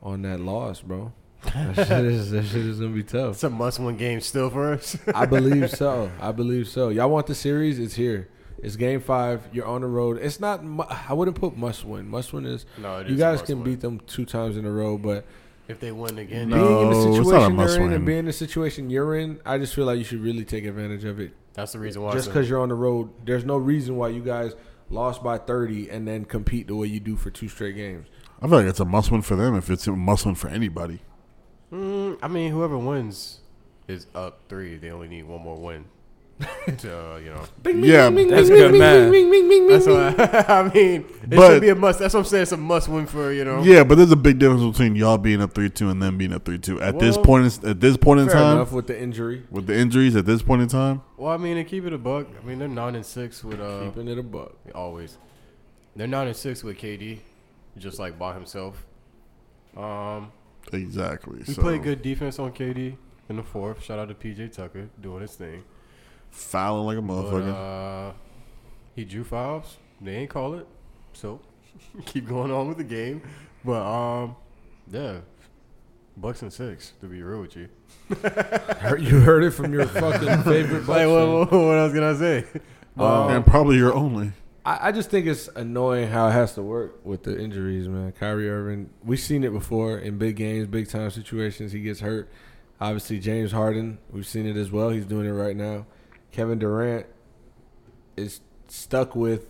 [SPEAKER 2] on that loss, bro. That shit is, that shit is going to be tough.
[SPEAKER 1] It's a must-win game still for us.
[SPEAKER 2] I believe so. I believe so. Y'all want the series? It's here. It's game five. You're on the road. It's not. mu- I wouldn't put must win. Must win is
[SPEAKER 1] no, it
[SPEAKER 2] you
[SPEAKER 1] is a
[SPEAKER 2] guys
[SPEAKER 1] must
[SPEAKER 2] can
[SPEAKER 1] win.
[SPEAKER 2] beat them two times in a row. But
[SPEAKER 1] if they win again.
[SPEAKER 3] No.
[SPEAKER 2] being in the
[SPEAKER 3] it's not a
[SPEAKER 2] situation
[SPEAKER 3] must
[SPEAKER 2] they're in
[SPEAKER 3] win.
[SPEAKER 2] and being in the situation you're in, I just feel like you should really take advantage of it.
[SPEAKER 1] That's the reason why.
[SPEAKER 2] Just
[SPEAKER 1] it's a-
[SPEAKER 2] because you're on the road, there's no reason why you guys lost by 30 and then compete the way you do for two straight games.
[SPEAKER 3] I feel like it's a must win for them if it's a must win for anybody.
[SPEAKER 1] Mm, I mean, whoever wins is up three. They only need one more win. so you know,
[SPEAKER 3] Yeah,
[SPEAKER 4] That's good math.
[SPEAKER 1] that's what I, I mean. It
[SPEAKER 3] But-
[SPEAKER 1] should be a must. That's what I'm saying. It's a must-win for you know.
[SPEAKER 3] yeah, but there's a big difference between y'all being up three two and them being up three two. At this
[SPEAKER 1] Well,
[SPEAKER 3] point, in, at this point in
[SPEAKER 2] Fair
[SPEAKER 3] time,
[SPEAKER 2] enough with the injury.
[SPEAKER 3] with the injuries, at this point in time,
[SPEAKER 1] Well, I mean, to keep it a buck, I mean they're nine and six with uh
[SPEAKER 2] Keeping it a buck.
[SPEAKER 1] always. They're nine and six with KD, just like by himself. Um,
[SPEAKER 3] exactly.
[SPEAKER 1] we
[SPEAKER 3] so.
[SPEAKER 1] played good defense on KD in the fourth. Shout out to PJ Tucker doing his thing.
[SPEAKER 3] fouling like a
[SPEAKER 1] But,
[SPEAKER 3] motherfucker.
[SPEAKER 1] uh, he drew fouls. They ain't call it. So keep going on with the game. But um, yeah, Bucks and six. To be real with you.
[SPEAKER 2] Heard- You heard it from your fucking favorite. Bucks
[SPEAKER 1] Like
[SPEAKER 2] fan.
[SPEAKER 1] what, what, what else can I say?
[SPEAKER 3] and probably your only.
[SPEAKER 2] I, I just think it's annoying how it has to work with the injuries, man. Kyrie Irving, we've seen it before in big games, big time situations. He gets hurt. Obviously, James Harden, we've seen it as well. He's doing it right now. Kevin Durant is stuck with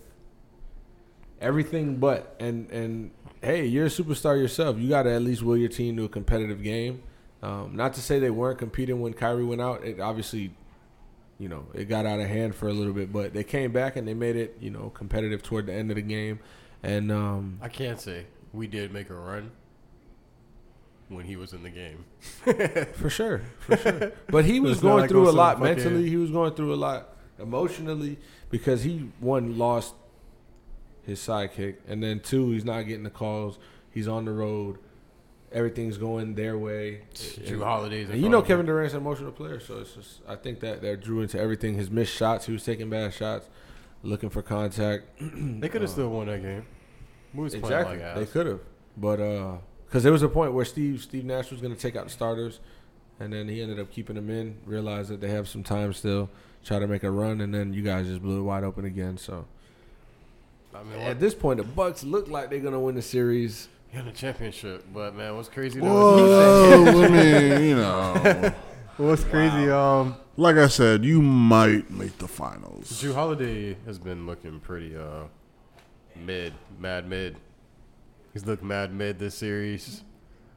[SPEAKER 2] everything but and and hey, you're a superstar yourself. You got to at least will your team to a competitive game Um, not to say they weren't competing when Kyrie went out. It obviously, you know, it got out of hand for a little bit, but they came back and they made it, you know, competitive toward the end of the game. And um,
[SPEAKER 1] I can't say we did make a run when he was in the game.
[SPEAKER 2] For sure, for sure. But he was
[SPEAKER 1] It's not
[SPEAKER 2] going
[SPEAKER 1] like
[SPEAKER 2] through a
[SPEAKER 1] also
[SPEAKER 2] lot
[SPEAKER 1] fucking-
[SPEAKER 2] mentally. He was going through a lot emotionally because he one lost his sidekick, and then two, he's not getting the calls. He's on the road. Everything's going their way.
[SPEAKER 1] Drew Holiday's in
[SPEAKER 2] And you
[SPEAKER 1] front
[SPEAKER 2] know
[SPEAKER 1] of him.
[SPEAKER 2] Kevin Durant's an emotional player, so it's just I think that that drew into everything. His missed shots, he was taking bad shots, looking for contact.
[SPEAKER 1] They could have still won that game. We was playing
[SPEAKER 2] Exactly.
[SPEAKER 1] like ass.
[SPEAKER 2] they could have, but because there was a point where Steve Steve Nash was going to take out the starters, and then he ended up keeping them in. Realized that they have some time still, try to make a run, and then you guys just blew it wide open again. So
[SPEAKER 1] I mean,
[SPEAKER 2] at this point, the Bucks look like they're going to win the series.
[SPEAKER 1] you're in the championship, but man, what's crazy? though
[SPEAKER 3] Whoa, I mean, you know,
[SPEAKER 1] What's crazy? Um,
[SPEAKER 3] like I said, you might make the finals.
[SPEAKER 1] Drew Holiday has been looking pretty uh mid, mad mid. He's looked mad mid this series.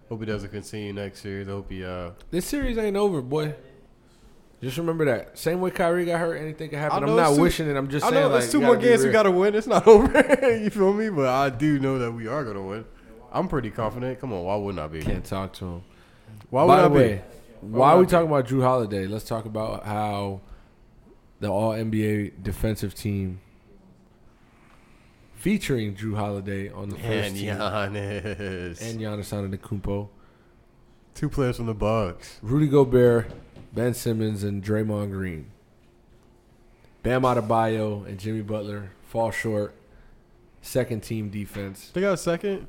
[SPEAKER 1] Hope he doesn't continue next series. I hope he uh
[SPEAKER 2] This series ain't over, boy. Just remember that. Same way Kyrie got hurt, anything could happen.
[SPEAKER 1] I
[SPEAKER 2] I'm
[SPEAKER 1] know
[SPEAKER 2] not
[SPEAKER 1] it's too-
[SPEAKER 2] wishing it. I'm just
[SPEAKER 1] I
[SPEAKER 2] saying.
[SPEAKER 1] know
[SPEAKER 2] like,
[SPEAKER 1] there's
[SPEAKER 2] you
[SPEAKER 1] two
[SPEAKER 2] gotta
[SPEAKER 1] more
[SPEAKER 2] be
[SPEAKER 1] games we
[SPEAKER 2] real.
[SPEAKER 1] gotta win. It's not over. you feel me? But I do know that we are gonna win. I'm pretty confident. Come on, why wouldn't I be?
[SPEAKER 2] Can't talk to him.
[SPEAKER 1] Why would
[SPEAKER 2] By
[SPEAKER 1] I
[SPEAKER 2] the
[SPEAKER 1] be?
[SPEAKER 2] way,
[SPEAKER 1] would
[SPEAKER 2] while
[SPEAKER 1] I
[SPEAKER 2] we
[SPEAKER 1] be?
[SPEAKER 2] talking about Drew Holiday, let's talk about how the All NBA defensive team featuring Drew Holiday on the first
[SPEAKER 1] And
[SPEAKER 2] team
[SPEAKER 1] Giannis.
[SPEAKER 2] and Giannis Antetokounmpo,
[SPEAKER 1] two players from the Bucks.
[SPEAKER 2] Rudy Gobert, Ben Simmons, and Draymond Green. Bam Adebayo and Jimmy Butler fall short. Second team defense.
[SPEAKER 1] They got second.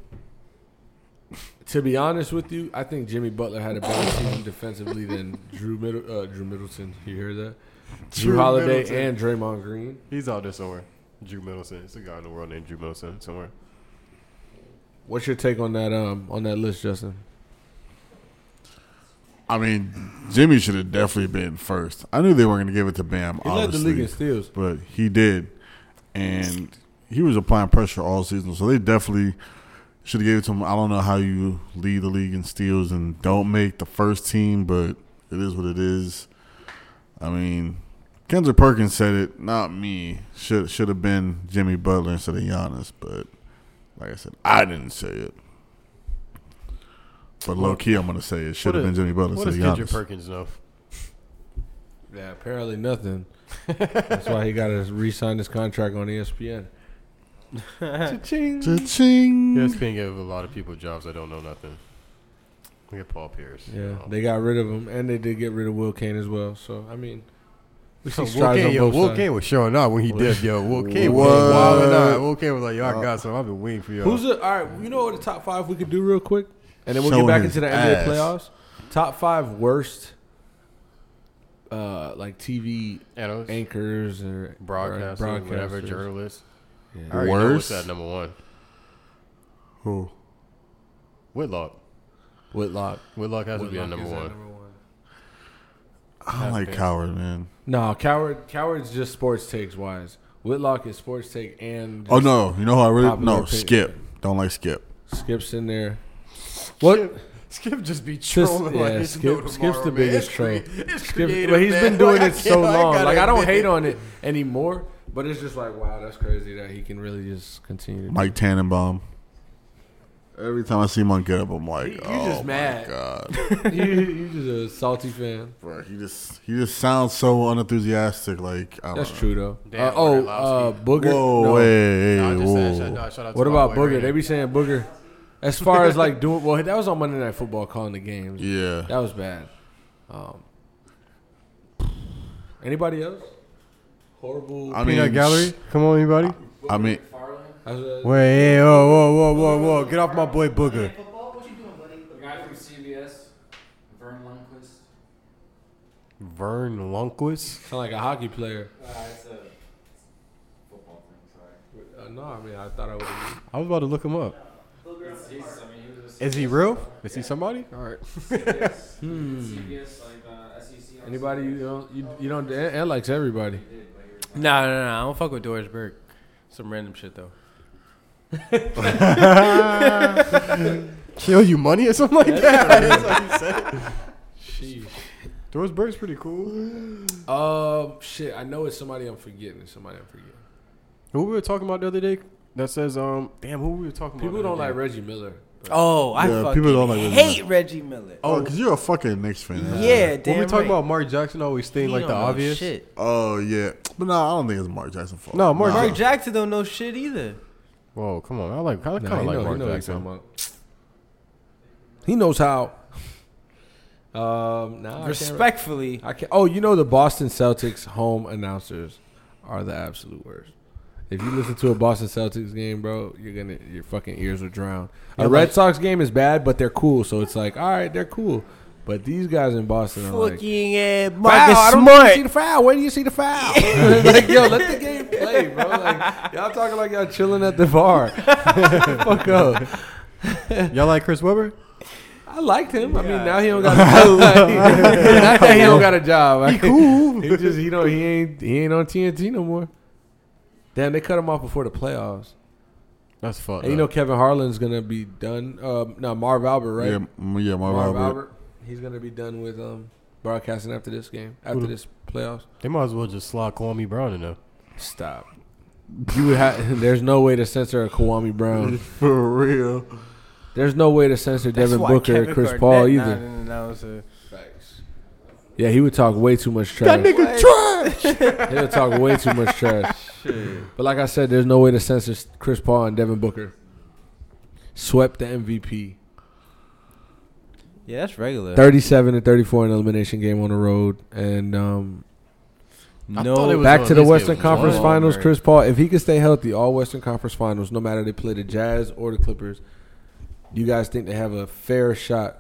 [SPEAKER 2] To be honest with you, I think Jimmy Butler had a better team defensively than Drew Middle, uh, Drew Middleton. You hear that? Drew,
[SPEAKER 1] Drew
[SPEAKER 2] Holiday
[SPEAKER 1] Middleton.
[SPEAKER 2] and Draymond Green.
[SPEAKER 1] He's out there somewhere. Drew Middleton. It's a guy in the world named Drew Middleton somewhere.
[SPEAKER 2] What's your take on that um on that list, Justin?
[SPEAKER 3] I mean, Jimmy should have definitely been first. I knew they weren't going to give it to Bam,
[SPEAKER 2] He led the
[SPEAKER 3] obviously,
[SPEAKER 2] league in steals.
[SPEAKER 3] but he did, and he was applying pressure all season. So they definitely should have gave it to him. I don't know how you lead the league in steals and don't make the first team, but it is what it is. I mean, Kendrick Perkins said it, not me. Should should have been Jimmy Butler instead of Giannis, but like I said, I didn't say it. But low key, I'm gonna say it should
[SPEAKER 1] What
[SPEAKER 3] have
[SPEAKER 1] a-
[SPEAKER 3] been Jimmy Butler
[SPEAKER 1] What does
[SPEAKER 3] instead
[SPEAKER 1] Kendrick
[SPEAKER 3] of Giannis.
[SPEAKER 1] Perkins know?
[SPEAKER 2] Yeah, apparently nothing. That's why he got to re-sign his contract on E ESPN.
[SPEAKER 3] Cha-ching.
[SPEAKER 1] Yeah, ESPN gave a lot of people jobs that don't know nothing. Look at Paul Pierce.
[SPEAKER 2] Yeah, they got rid of him, and they did get rid of Will Kane as well. So I mean, we see
[SPEAKER 1] Will
[SPEAKER 2] strides
[SPEAKER 1] Kane,
[SPEAKER 2] on
[SPEAKER 1] yo,
[SPEAKER 2] both
[SPEAKER 1] Will
[SPEAKER 2] sides.
[SPEAKER 1] Kane was showing out when he
[SPEAKER 2] What?
[SPEAKER 1] did, yo. Will Kane
[SPEAKER 3] What?
[SPEAKER 1] was wilding out. Will Kane was like, yo, I got some. I've been waiting for y'all.
[SPEAKER 2] Uh, Who's the all right? You know what the top five we could do real quick, and then we'll
[SPEAKER 3] Showing
[SPEAKER 2] get back
[SPEAKER 3] his
[SPEAKER 2] into the NBA
[SPEAKER 3] ass.
[SPEAKER 2] playoffs. Top five worst, uh, like TV
[SPEAKER 1] analysts,
[SPEAKER 2] anchors or
[SPEAKER 1] broadcasters,
[SPEAKER 2] or
[SPEAKER 1] whatever,
[SPEAKER 2] broadcasters.
[SPEAKER 1] journalists.
[SPEAKER 2] Yeah.
[SPEAKER 1] I already know what's
[SPEAKER 3] Worse?
[SPEAKER 1] at number one.
[SPEAKER 3] Who?
[SPEAKER 1] Whitlock.
[SPEAKER 2] Whitlock.
[SPEAKER 1] Whitlock has to be on number one.
[SPEAKER 3] I don't like
[SPEAKER 1] Halfback.
[SPEAKER 3] Coward, man.
[SPEAKER 2] No, Coward. Coward's just sports takes wise. Whitlock is sports take and
[SPEAKER 3] Oh no, you know who I really
[SPEAKER 2] Popular
[SPEAKER 3] no
[SPEAKER 2] opinion.
[SPEAKER 3] Skip. Don't like Skip.
[SPEAKER 2] Skips in there. What?
[SPEAKER 1] Skip, Skip just be
[SPEAKER 2] Just-
[SPEAKER 1] trolling
[SPEAKER 2] yeah,
[SPEAKER 1] like it's
[SPEAKER 2] Skip-
[SPEAKER 1] no tomorrow,
[SPEAKER 2] Skip's the
[SPEAKER 1] man.
[SPEAKER 2] biggest
[SPEAKER 1] It's
[SPEAKER 2] troll.
[SPEAKER 1] cre- it's
[SPEAKER 2] Skip,
[SPEAKER 1] creative,
[SPEAKER 2] but he's
[SPEAKER 1] man.
[SPEAKER 2] been doing
[SPEAKER 1] Like,
[SPEAKER 2] it so
[SPEAKER 1] I can't-
[SPEAKER 2] long.
[SPEAKER 1] gotta
[SPEAKER 2] like I don't
[SPEAKER 1] admit
[SPEAKER 2] hate
[SPEAKER 1] it.
[SPEAKER 2] on it anymore. But it's just like wow, that's crazy that he can really just continue. To
[SPEAKER 3] Mike Tannenbaum. Every time I see him on Get Up, I'm like,
[SPEAKER 2] You- you
[SPEAKER 3] oh
[SPEAKER 2] just
[SPEAKER 3] my
[SPEAKER 2] mad."
[SPEAKER 3] god,
[SPEAKER 2] you, you just a salty fan.
[SPEAKER 3] Bro, He just he just sounds so unenthusiastic. Like I don't
[SPEAKER 2] That's
[SPEAKER 3] know.
[SPEAKER 2] true though.
[SPEAKER 1] Damn,
[SPEAKER 2] Uh, oh,
[SPEAKER 1] Orlowski.
[SPEAKER 2] uh, Booger.
[SPEAKER 3] Whoa,
[SPEAKER 2] no.
[SPEAKER 3] hey,
[SPEAKER 1] Nah, I just said-
[SPEAKER 3] whoa.
[SPEAKER 1] shout- shout out to
[SPEAKER 2] What
[SPEAKER 1] my
[SPEAKER 2] about
[SPEAKER 1] boy
[SPEAKER 2] Booger?
[SPEAKER 1] Randy.
[SPEAKER 2] They be saying Booger. As far as like doing well, that was on Monday Night Football calling the games.
[SPEAKER 3] Yeah,
[SPEAKER 2] That was bad. Um, anybody else? Horrible.
[SPEAKER 3] I mean,
[SPEAKER 1] Peanut Gallery. Come on, anybody.
[SPEAKER 3] I mean,
[SPEAKER 2] That's what-
[SPEAKER 1] Wait, hey, whoa, whoa, whoa, whoa, whoa! Get off my boy Booger.
[SPEAKER 5] The guy from CBS, Vern Lundquist.
[SPEAKER 1] Vern Lundquist.
[SPEAKER 2] sound like a hockey player.
[SPEAKER 5] Uh, it's a football thing,
[SPEAKER 2] Uh, no, I mean I thought I would.
[SPEAKER 1] I was about to look him up.
[SPEAKER 5] sorry. It's, he's, I mean, he was a
[SPEAKER 1] Is he real? Is he somebody? All right.
[SPEAKER 5] CBS,
[SPEAKER 2] Hmm.
[SPEAKER 5] CBS, like uh, SEC. on
[SPEAKER 2] Anybody you
[SPEAKER 5] CBS.
[SPEAKER 2] don't you, you don't Ant Ant likes everybody.
[SPEAKER 5] He did, but he was-
[SPEAKER 4] Nah, nah, nah. I don't fuck with Doris Burke. Some random shit though.
[SPEAKER 1] She owe you money or something like that. That's what you said.
[SPEAKER 2] Sheesh.
[SPEAKER 1] Doris Burke's pretty cool.
[SPEAKER 2] Um, shit. I know it's somebody I'm forgetting. It's somebody I'm forgetting.
[SPEAKER 1] Who we were talking about the other day? That says, um, damn, who we were talking
[SPEAKER 2] People
[SPEAKER 1] about?
[SPEAKER 2] don't
[SPEAKER 1] the
[SPEAKER 2] like
[SPEAKER 1] other
[SPEAKER 2] Reggie Miller.
[SPEAKER 4] Oh, I
[SPEAKER 3] Yeah,
[SPEAKER 4] fucking
[SPEAKER 3] people don't like Reggie
[SPEAKER 4] hate Reggie Miller.
[SPEAKER 3] Oh, because you're a fucking Knicks fan. that's
[SPEAKER 4] yeah,
[SPEAKER 3] right.
[SPEAKER 1] day.
[SPEAKER 4] damn
[SPEAKER 1] When we talking
[SPEAKER 4] right.
[SPEAKER 1] about Mark Jackson always
[SPEAKER 4] He
[SPEAKER 1] staying like
[SPEAKER 4] don't
[SPEAKER 1] the
[SPEAKER 4] know
[SPEAKER 1] obvious.
[SPEAKER 4] Shit.
[SPEAKER 3] Oh yeah, but no, I don't think it's Mark Jackson fault.
[SPEAKER 1] No, Mark
[SPEAKER 4] Mark Jackson don't know shit either.
[SPEAKER 1] Whoa, come on. I like, I kind of
[SPEAKER 2] Nah, he,
[SPEAKER 1] like
[SPEAKER 2] know- he
[SPEAKER 1] Mark
[SPEAKER 2] know what he's
[SPEAKER 1] Jackson.
[SPEAKER 2] talking about. He knows how. Um, nah, I can't re-
[SPEAKER 4] Respectfully,
[SPEAKER 2] I can Oh, you know the Boston Celtics home announcers are the absolute worst. If you listen to a Boston Celtics game, bro, you're gonna your fucking ears will drown. A Red Sox game is bad, but they're cool, so it's like, all right, they're cool. But these guys in Boston are like, foul,
[SPEAKER 4] fucking
[SPEAKER 1] eh,
[SPEAKER 4] uh, Marcus
[SPEAKER 2] I don't
[SPEAKER 4] Smart.
[SPEAKER 2] see the foul. Where do you see the foul? like, yo, let the game play, bro. Like, y'all talking like y'all chilling at the bar. Fuck up.
[SPEAKER 1] Y'all like Chris Webber?
[SPEAKER 2] I liked him. I mean, now he don't got. A job. now that he don't got a job. He cool. he just he don't he ain't he ain't on TNT no more. Damn, they cut him off before the playoffs.
[SPEAKER 1] That's fucked.
[SPEAKER 2] And you know
[SPEAKER 1] up.
[SPEAKER 2] Kevin Harlan's gonna be done. Um, no, Marv Albert, right?
[SPEAKER 3] Yeah, m- yeah, Mark
[SPEAKER 2] Marv
[SPEAKER 3] Albert.
[SPEAKER 2] Albert. He's gonna be done with um broadcasting after this game, after
[SPEAKER 1] the-
[SPEAKER 2] this playoffs.
[SPEAKER 1] they might as well just slot Kwame Brown in there.
[SPEAKER 2] Stop. You would have. There's no way to censor a Kwame Brown.
[SPEAKER 3] For real.
[SPEAKER 2] There's no way to censor
[SPEAKER 4] That's
[SPEAKER 2] Devin
[SPEAKER 4] why
[SPEAKER 2] Booker
[SPEAKER 4] Kevin
[SPEAKER 2] or Chris
[SPEAKER 4] Garnett
[SPEAKER 2] Paul
[SPEAKER 4] not
[SPEAKER 2] either.
[SPEAKER 4] an announcer.
[SPEAKER 2] Yeah, he would talk way too much trash.
[SPEAKER 1] nigga trash.
[SPEAKER 2] He'll talk way too much trash. But like I said, there's no way to censor Chris Paul and Devin Booker. Swept the MVP.
[SPEAKER 4] Yeah, that's regular.
[SPEAKER 2] 37 and 34 in elimination game on the road. And um,
[SPEAKER 1] thought it
[SPEAKER 4] No,
[SPEAKER 1] was-
[SPEAKER 2] back
[SPEAKER 1] on
[SPEAKER 2] to the
[SPEAKER 1] this
[SPEAKER 2] Western
[SPEAKER 1] game.
[SPEAKER 2] Conference
[SPEAKER 1] Oh,
[SPEAKER 2] Finals,
[SPEAKER 1] man.
[SPEAKER 2] Chris Paul, if he could stay healthy, all Western Conference Finals, no matter they play the Jazz or the Clippers, you guys think they have a fair shot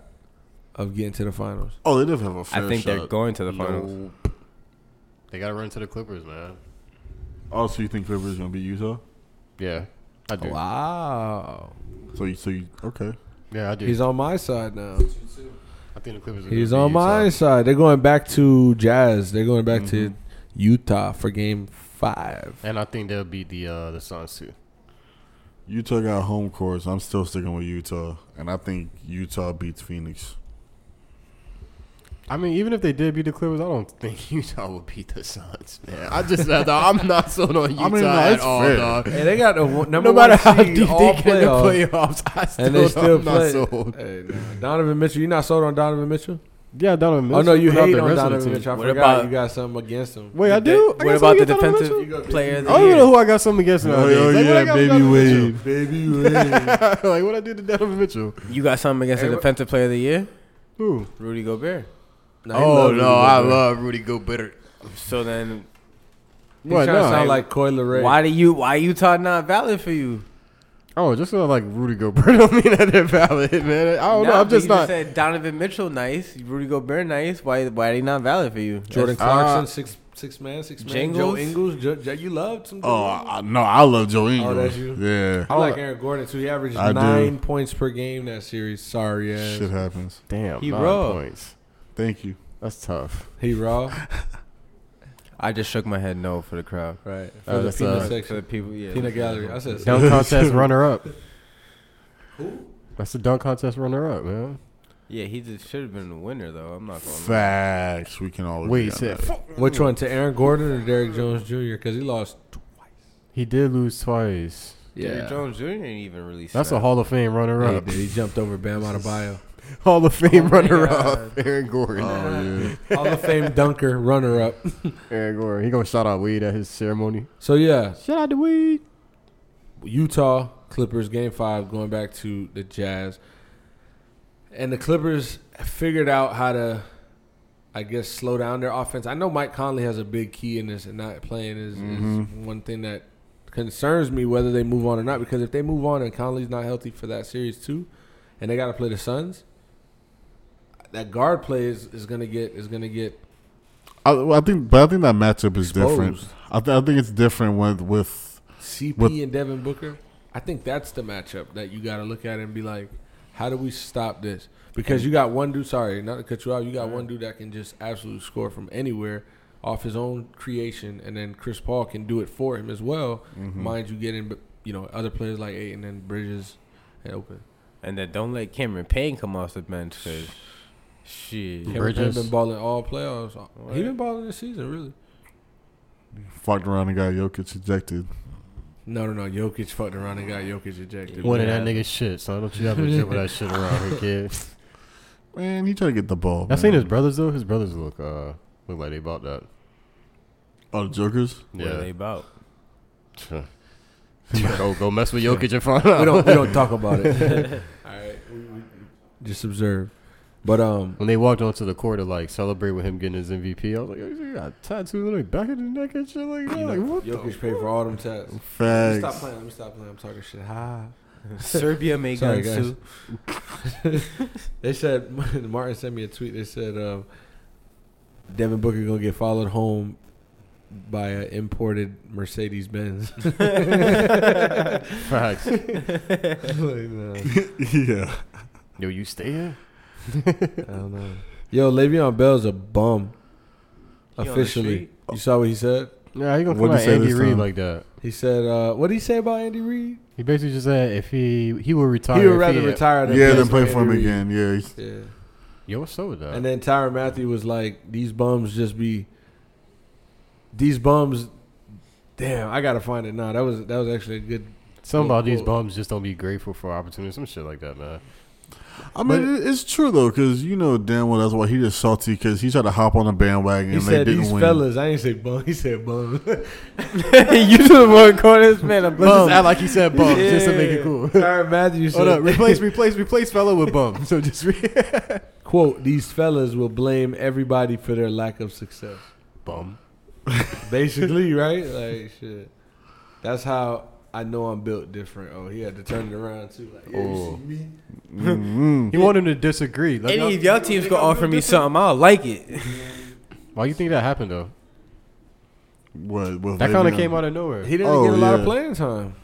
[SPEAKER 2] of getting to the finals?
[SPEAKER 3] Oh, they definitely have a fair
[SPEAKER 4] I think they're
[SPEAKER 3] shot.
[SPEAKER 4] going to the finals.
[SPEAKER 1] Nope. They got to run to the Clippers, man.
[SPEAKER 3] Oh, so you think Clippers gonna beat Utah?
[SPEAKER 1] Yeah, I
[SPEAKER 2] Oh,
[SPEAKER 1] do.
[SPEAKER 2] Wow.
[SPEAKER 3] So you, so you, okay?
[SPEAKER 1] Yeah, I do.
[SPEAKER 2] He's on my side now.
[SPEAKER 1] I think the Clippers. Are
[SPEAKER 2] He's
[SPEAKER 1] gonna
[SPEAKER 2] on
[SPEAKER 1] beat
[SPEAKER 2] my
[SPEAKER 1] Utah.
[SPEAKER 2] side. They're going back to Jazz. They're going back to Utah for game five.
[SPEAKER 1] And I think they'll beat the uh, the Suns too.
[SPEAKER 3] Utah got home court. So I'm still sticking with Utah, and I think Utah beats Phoenix.
[SPEAKER 1] I mean, even if they did beat the Clippers, I don't think Utah would beat the Suns, man. I just, I'm not sold on Utah
[SPEAKER 3] I mean, no,
[SPEAKER 1] at
[SPEAKER 3] it's
[SPEAKER 1] all,
[SPEAKER 3] fair.
[SPEAKER 1] dog.
[SPEAKER 2] Hey, they got a w- number
[SPEAKER 1] No matter
[SPEAKER 2] one
[SPEAKER 1] how
[SPEAKER 2] seed
[SPEAKER 1] deep they
[SPEAKER 2] all
[SPEAKER 1] get in the
[SPEAKER 2] playoffs,
[SPEAKER 1] playoffs, I still,
[SPEAKER 2] and they still
[SPEAKER 1] I'm
[SPEAKER 2] play.
[SPEAKER 1] not sold.
[SPEAKER 2] Hey, nah. Donovan Mitchell, you not sold on Donovan Mitchell?
[SPEAKER 1] Yeah, Donovan Mitchell.
[SPEAKER 2] oh no, you
[SPEAKER 1] without
[SPEAKER 2] hate
[SPEAKER 1] the
[SPEAKER 2] on
[SPEAKER 1] rest of the
[SPEAKER 2] Donovan
[SPEAKER 1] team.
[SPEAKER 2] Mitchell. I
[SPEAKER 4] What
[SPEAKER 2] forgot
[SPEAKER 4] about-
[SPEAKER 2] you got something against him.
[SPEAKER 1] Wait, I do. I
[SPEAKER 4] what
[SPEAKER 1] got
[SPEAKER 4] about
[SPEAKER 1] something
[SPEAKER 4] the
[SPEAKER 1] against Donovan
[SPEAKER 4] defensive
[SPEAKER 1] Mitchell?
[SPEAKER 4] player of
[SPEAKER 1] I
[SPEAKER 4] the
[SPEAKER 1] don't even
[SPEAKER 4] year?
[SPEAKER 1] know who I got something against
[SPEAKER 3] Oh,
[SPEAKER 1] nowadays. Like, what I got with Donovan Mitchell?
[SPEAKER 3] baby Wade.
[SPEAKER 1] like what I did to Donovan Mitchell.
[SPEAKER 4] You got something against the
[SPEAKER 2] Everybody-
[SPEAKER 4] defensive player of the year?
[SPEAKER 1] Who?
[SPEAKER 4] Rudy Gobert. Oh,
[SPEAKER 2] Nah, he love Rudy Gobert.
[SPEAKER 1] Oh, love Rudy Gobert.
[SPEAKER 4] So then,
[SPEAKER 2] He's
[SPEAKER 1] What,
[SPEAKER 2] trying to
[SPEAKER 1] nah,
[SPEAKER 2] sound
[SPEAKER 1] I-
[SPEAKER 2] like Coy Leray.
[SPEAKER 4] why do you why Utah not valid for you?
[SPEAKER 1] Oh, just 'cause I like Rudy Gobert don't mean that they're valid, man. I don't know.
[SPEAKER 4] Nah,
[SPEAKER 1] I'm
[SPEAKER 4] but
[SPEAKER 1] just
[SPEAKER 4] you
[SPEAKER 1] not.
[SPEAKER 4] said Donovan Mitchell nice, Rudy Gobert nice. Why why they not valid for you?
[SPEAKER 2] Jordan
[SPEAKER 1] That's-
[SPEAKER 2] Clarkson,
[SPEAKER 1] uh,
[SPEAKER 2] six six man, six man.
[SPEAKER 4] Jingles?
[SPEAKER 2] Joe Ingles, jo- Jo- you loved some.
[SPEAKER 3] Oh, I, no, I love Joe Ingles.
[SPEAKER 2] Oh, that's you?
[SPEAKER 3] Yeah,
[SPEAKER 2] I like Aaron Gordon too. He averaged
[SPEAKER 3] I do.
[SPEAKER 2] nine points per game that series. Sorry, ass.
[SPEAKER 3] shit happens.
[SPEAKER 1] Damn,
[SPEAKER 4] He
[SPEAKER 1] nine
[SPEAKER 4] raw.
[SPEAKER 1] points.
[SPEAKER 3] Thank you.
[SPEAKER 1] That's tough.
[SPEAKER 2] He raw.
[SPEAKER 4] I just shook my head no for the crowd.
[SPEAKER 2] Right. For
[SPEAKER 1] Oh,
[SPEAKER 2] the
[SPEAKER 1] that's,
[SPEAKER 2] peanut
[SPEAKER 1] uh,
[SPEAKER 4] For the
[SPEAKER 2] section.
[SPEAKER 4] people, yeah.
[SPEAKER 2] Peanut gallery. I said
[SPEAKER 1] Dunk contest runner up. Who? That's the dunk contest runner up, man.
[SPEAKER 4] Yeah, he just should have been the winner though. I'm not going. to
[SPEAKER 3] Facts. We can all agree
[SPEAKER 1] Wait, he
[SPEAKER 3] on
[SPEAKER 1] said
[SPEAKER 3] that.
[SPEAKER 2] Which one? To Aaron Gordon or Derrick Jones Jr. Because he lost.
[SPEAKER 1] he did lose twice.
[SPEAKER 4] Jerry Jones Jr. didn't even really.
[SPEAKER 1] That's a
[SPEAKER 4] snap.
[SPEAKER 1] Hall of Fame runner
[SPEAKER 2] He,
[SPEAKER 1] up.
[SPEAKER 2] did. he jumped over Bam Adebayo.
[SPEAKER 1] Hall of Fame
[SPEAKER 4] my
[SPEAKER 1] runner up. Aaron Gordon.
[SPEAKER 3] Oh yeah.
[SPEAKER 2] Hall of Fame dunker, runner up.
[SPEAKER 1] Aaron Gordon. He gonna shout out weed at his ceremony.
[SPEAKER 2] So yeah,
[SPEAKER 1] Shout out to weed.
[SPEAKER 2] Utah Clippers game five going back to the Jazz, and the Clippers figured out how to, I guess, slow down their offense. I know Mike Conley has a big key in this, and not playing is, is one thing that concerns me whether they move on or not. Because if they move on and Conley's not healthy for that series too, and they got to play the Suns, that guard play is, is gonna get is gonna get
[SPEAKER 3] I, well, I think, but I think that matchup is different.
[SPEAKER 2] Exposed.
[SPEAKER 3] I, th- I think it's different with with
[SPEAKER 2] CP
[SPEAKER 3] With-
[SPEAKER 2] and Devin Booker, I think that's the matchup that you got to look at and be like, how do we stop this? Because you got one dude, sorry, not to cut you off, you got one dude that can just absolutely score from anywhere off his own creation, and then Chris Paul can do it for him as well. Mind you, getting you know other players like Aiton and Bridges and open.
[SPEAKER 4] And then don't let Cameron Payne come off the bench because shit.
[SPEAKER 1] Yeah.
[SPEAKER 2] Cameron Payne
[SPEAKER 1] Bridges.
[SPEAKER 2] been balling all playoffs. He
[SPEAKER 4] Right.
[SPEAKER 2] been balling this season, really.
[SPEAKER 3] Fucked around and got Jokic ejected.
[SPEAKER 2] No, no, no. Jokic fucked around and got Jokic ejected.
[SPEAKER 1] One of
[SPEAKER 2] Yeah.
[SPEAKER 1] that nigga shit, son. Don't you ever jump with that shit around here, kid.
[SPEAKER 3] Man, he tried to get the ball.
[SPEAKER 1] I seen
[SPEAKER 3] man.
[SPEAKER 1] his brothers though. His brothers look uh look like they bought that.
[SPEAKER 3] Oh, the Jokers?
[SPEAKER 4] What are they
[SPEAKER 1] Yeah.
[SPEAKER 4] about?
[SPEAKER 1] go go mess with Jokic and find out.
[SPEAKER 2] We don't, we don't talk about it. all right. We, we, just observe. But um,
[SPEAKER 1] When they walked onto the court to like celebrate with him getting his MVP, I was like, "Yo, you got tattoos on the back of the neck and shit like that.
[SPEAKER 2] you know,
[SPEAKER 1] Like, what the?
[SPEAKER 2] Jokic paid for all them tats. Let me stop
[SPEAKER 3] Facts.
[SPEAKER 2] playing. Let me stop playing. I'm talking shit. Ha.
[SPEAKER 4] Serbia made
[SPEAKER 2] Sorry,
[SPEAKER 4] guns
[SPEAKER 2] guys.
[SPEAKER 4] too.
[SPEAKER 2] They said Martin sent me a tweet. They said um, Devin Booker gonna get followed home by an imported Mercedes Benz.
[SPEAKER 1] Facts.
[SPEAKER 3] yeah.
[SPEAKER 1] Yo, you stay here?
[SPEAKER 2] I don't know. Yo, Le'Veon Bell's a bum.
[SPEAKER 4] He on the
[SPEAKER 2] Officially,
[SPEAKER 4] street.
[SPEAKER 2] you saw what he said.
[SPEAKER 1] Nah, he gonna come
[SPEAKER 3] What'd
[SPEAKER 1] out
[SPEAKER 3] he say
[SPEAKER 1] Andy
[SPEAKER 3] this
[SPEAKER 1] Reid
[SPEAKER 3] time?
[SPEAKER 1] like that.
[SPEAKER 2] He said, uh, "What did he say about Andy Reid?
[SPEAKER 1] He basically just said if he he would retire.
[SPEAKER 2] he would
[SPEAKER 1] if
[SPEAKER 2] rather
[SPEAKER 1] had-
[SPEAKER 2] retire than
[SPEAKER 3] Yeah,
[SPEAKER 2] play
[SPEAKER 3] then play for him
[SPEAKER 2] Andy Reid.
[SPEAKER 3] again. Yeah. he's-
[SPEAKER 2] Yeah.
[SPEAKER 1] Yo, what's up with that?
[SPEAKER 2] And then Tyron Matthew was like, "These bums just be, these bums, damn, I gotta find it now." That was that was actually a good.
[SPEAKER 1] Some about these
[SPEAKER 2] Well-
[SPEAKER 1] bums just don't be grateful for opportunities, some shit like that, man.
[SPEAKER 3] I mean, it it's true, though, because you know damn well that's why he just salty because he tried to hop on a bandwagon
[SPEAKER 2] He
[SPEAKER 3] and
[SPEAKER 2] said,
[SPEAKER 3] they didn't
[SPEAKER 2] "These
[SPEAKER 3] win.
[SPEAKER 2] fellas," I ain't say bum. He said bum.
[SPEAKER 4] you the one calling this man a
[SPEAKER 1] Let's
[SPEAKER 4] bum.
[SPEAKER 1] just act like he said bum just to make it
[SPEAKER 2] Yeah.
[SPEAKER 1] cool.
[SPEAKER 2] Tyron Matthew
[SPEAKER 1] Hold up,
[SPEAKER 2] said,
[SPEAKER 1] replace, replace, replace fellow with bum. So just re-
[SPEAKER 2] "Quote: These fellas will blame everybody for their lack of success."
[SPEAKER 1] bum.
[SPEAKER 2] Basically, right? Like shit. That's how I know I'm built different. Oh, he had to turn it around too. Like, yeah, you
[SPEAKER 1] Oh.
[SPEAKER 2] see me?
[SPEAKER 3] Mhm.
[SPEAKER 1] He wanted him to disagree. Like,
[SPEAKER 4] Any of y'all teams could offer me something, I'll like it.
[SPEAKER 1] why you think that happened though?
[SPEAKER 3] What? with
[SPEAKER 1] That kind of
[SPEAKER 3] Le'Veon?
[SPEAKER 1] came out of nowhere.
[SPEAKER 2] He didn't
[SPEAKER 3] Oh,
[SPEAKER 2] get a lot of
[SPEAKER 3] yeah.
[SPEAKER 2] playing time.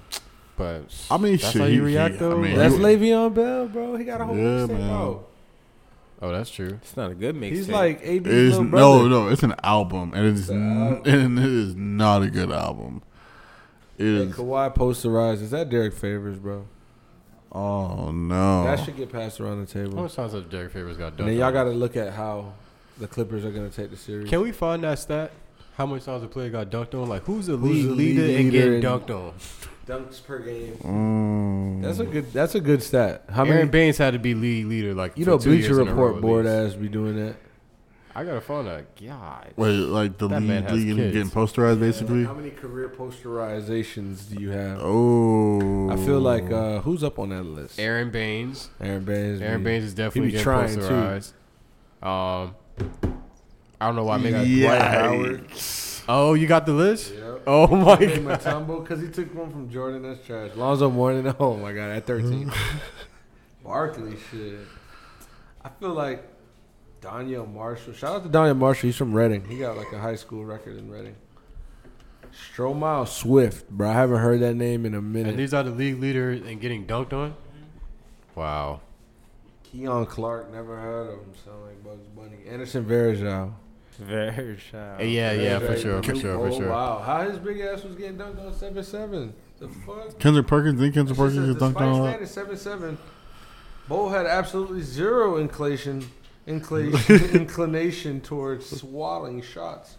[SPEAKER 1] But
[SPEAKER 3] I mean,
[SPEAKER 1] That's
[SPEAKER 3] shit.
[SPEAKER 1] how
[SPEAKER 3] he-
[SPEAKER 1] you react,
[SPEAKER 3] he-
[SPEAKER 1] though?
[SPEAKER 3] I mean,
[SPEAKER 2] That's
[SPEAKER 3] he-
[SPEAKER 2] Le'Veon Bell, bro. He got a whole
[SPEAKER 3] Yeah,
[SPEAKER 2] yeah,
[SPEAKER 3] man.
[SPEAKER 2] out.
[SPEAKER 1] oh, that's true.
[SPEAKER 4] It's not a good mix.
[SPEAKER 2] He's like AB's
[SPEAKER 3] It is
[SPEAKER 2] little brother.
[SPEAKER 3] no, no. It's an album, and it's
[SPEAKER 2] album.
[SPEAKER 3] and it is not a good album. It
[SPEAKER 2] And
[SPEAKER 3] is.
[SPEAKER 2] Kawhi posterized. Is that Derek Favors, bro?
[SPEAKER 3] Oh no.
[SPEAKER 2] That should get passed around the
[SPEAKER 1] How
[SPEAKER 2] table.
[SPEAKER 1] much times have Derek Favors got
[SPEAKER 2] And
[SPEAKER 1] done?
[SPEAKER 2] then y'all got to look at how the Clippers are going to take the series.
[SPEAKER 1] Can we find that stat? How much times a player got dunked on? Like who's the
[SPEAKER 2] Who's
[SPEAKER 1] league
[SPEAKER 2] the
[SPEAKER 1] leader,
[SPEAKER 2] league
[SPEAKER 1] in
[SPEAKER 2] leader
[SPEAKER 1] getting
[SPEAKER 2] in-
[SPEAKER 1] dunked on?
[SPEAKER 2] Dunks per game.
[SPEAKER 3] Mm.
[SPEAKER 2] That's a good. That's a good stat. How
[SPEAKER 1] I mean,
[SPEAKER 2] many?
[SPEAKER 1] Aaron Baines had to be league leader. Like
[SPEAKER 2] you
[SPEAKER 1] for
[SPEAKER 2] know,
[SPEAKER 1] two
[SPEAKER 2] Bleacher
[SPEAKER 1] years in a row,
[SPEAKER 2] Report
[SPEAKER 1] at
[SPEAKER 2] board
[SPEAKER 1] least.
[SPEAKER 2] ass be doing that.
[SPEAKER 1] I gotta find that. God,
[SPEAKER 3] Wait, like the
[SPEAKER 1] That man
[SPEAKER 3] lead
[SPEAKER 1] has
[SPEAKER 3] league and
[SPEAKER 1] kids.
[SPEAKER 3] getting posterized, basically.
[SPEAKER 2] How many career posterizations do you have?
[SPEAKER 3] Oh,
[SPEAKER 2] I feel like uh, who's up on that list?
[SPEAKER 1] Aaron Baines.
[SPEAKER 2] Aaron Baines.
[SPEAKER 1] Aaron
[SPEAKER 2] be-
[SPEAKER 1] Baines is definitely
[SPEAKER 2] be
[SPEAKER 1] getting
[SPEAKER 2] trying to.
[SPEAKER 1] posterized. Um, I don't know why. I made that-
[SPEAKER 2] Dwight
[SPEAKER 3] yeah.
[SPEAKER 2] Howard.
[SPEAKER 1] Oh, you got the list?
[SPEAKER 2] Yep.
[SPEAKER 1] Oh my
[SPEAKER 2] Dave
[SPEAKER 1] god.
[SPEAKER 2] Matumbo, because he took one from Jordan. That's trash. Lonzo Mourning. Oh my god, at thirteen. Barkley, shit. I feel like Daniel Marshall. Shout out to Daniel Marshall. He's from Reading. He got like a high school record in Reading. Stromile Swift, bro. I haven't heard that name in a
[SPEAKER 1] And
[SPEAKER 2] minute.
[SPEAKER 1] these are the league leader in getting dunked on.
[SPEAKER 2] Mm-hmm.
[SPEAKER 1] Wow.
[SPEAKER 2] Keon Clark, never heard of him. Sound like Bugs Bunny. Anderson Varejao.
[SPEAKER 4] very shy.
[SPEAKER 1] Yeah, yeah, for sure, for
[SPEAKER 2] Varejao.
[SPEAKER 1] sure, for
[SPEAKER 2] Oh,
[SPEAKER 1] sure.
[SPEAKER 2] Wow, how his big ass was getting dunked on seven seven. The fuck.
[SPEAKER 3] Kendrick Perkins. Think Kendrick
[SPEAKER 2] She says,
[SPEAKER 3] Perkins is dunked
[SPEAKER 2] Despite
[SPEAKER 3] on a lot.
[SPEAKER 2] standing seven seven, Bo had absolutely zero inclination, inclination, inclination towards swallowing shots,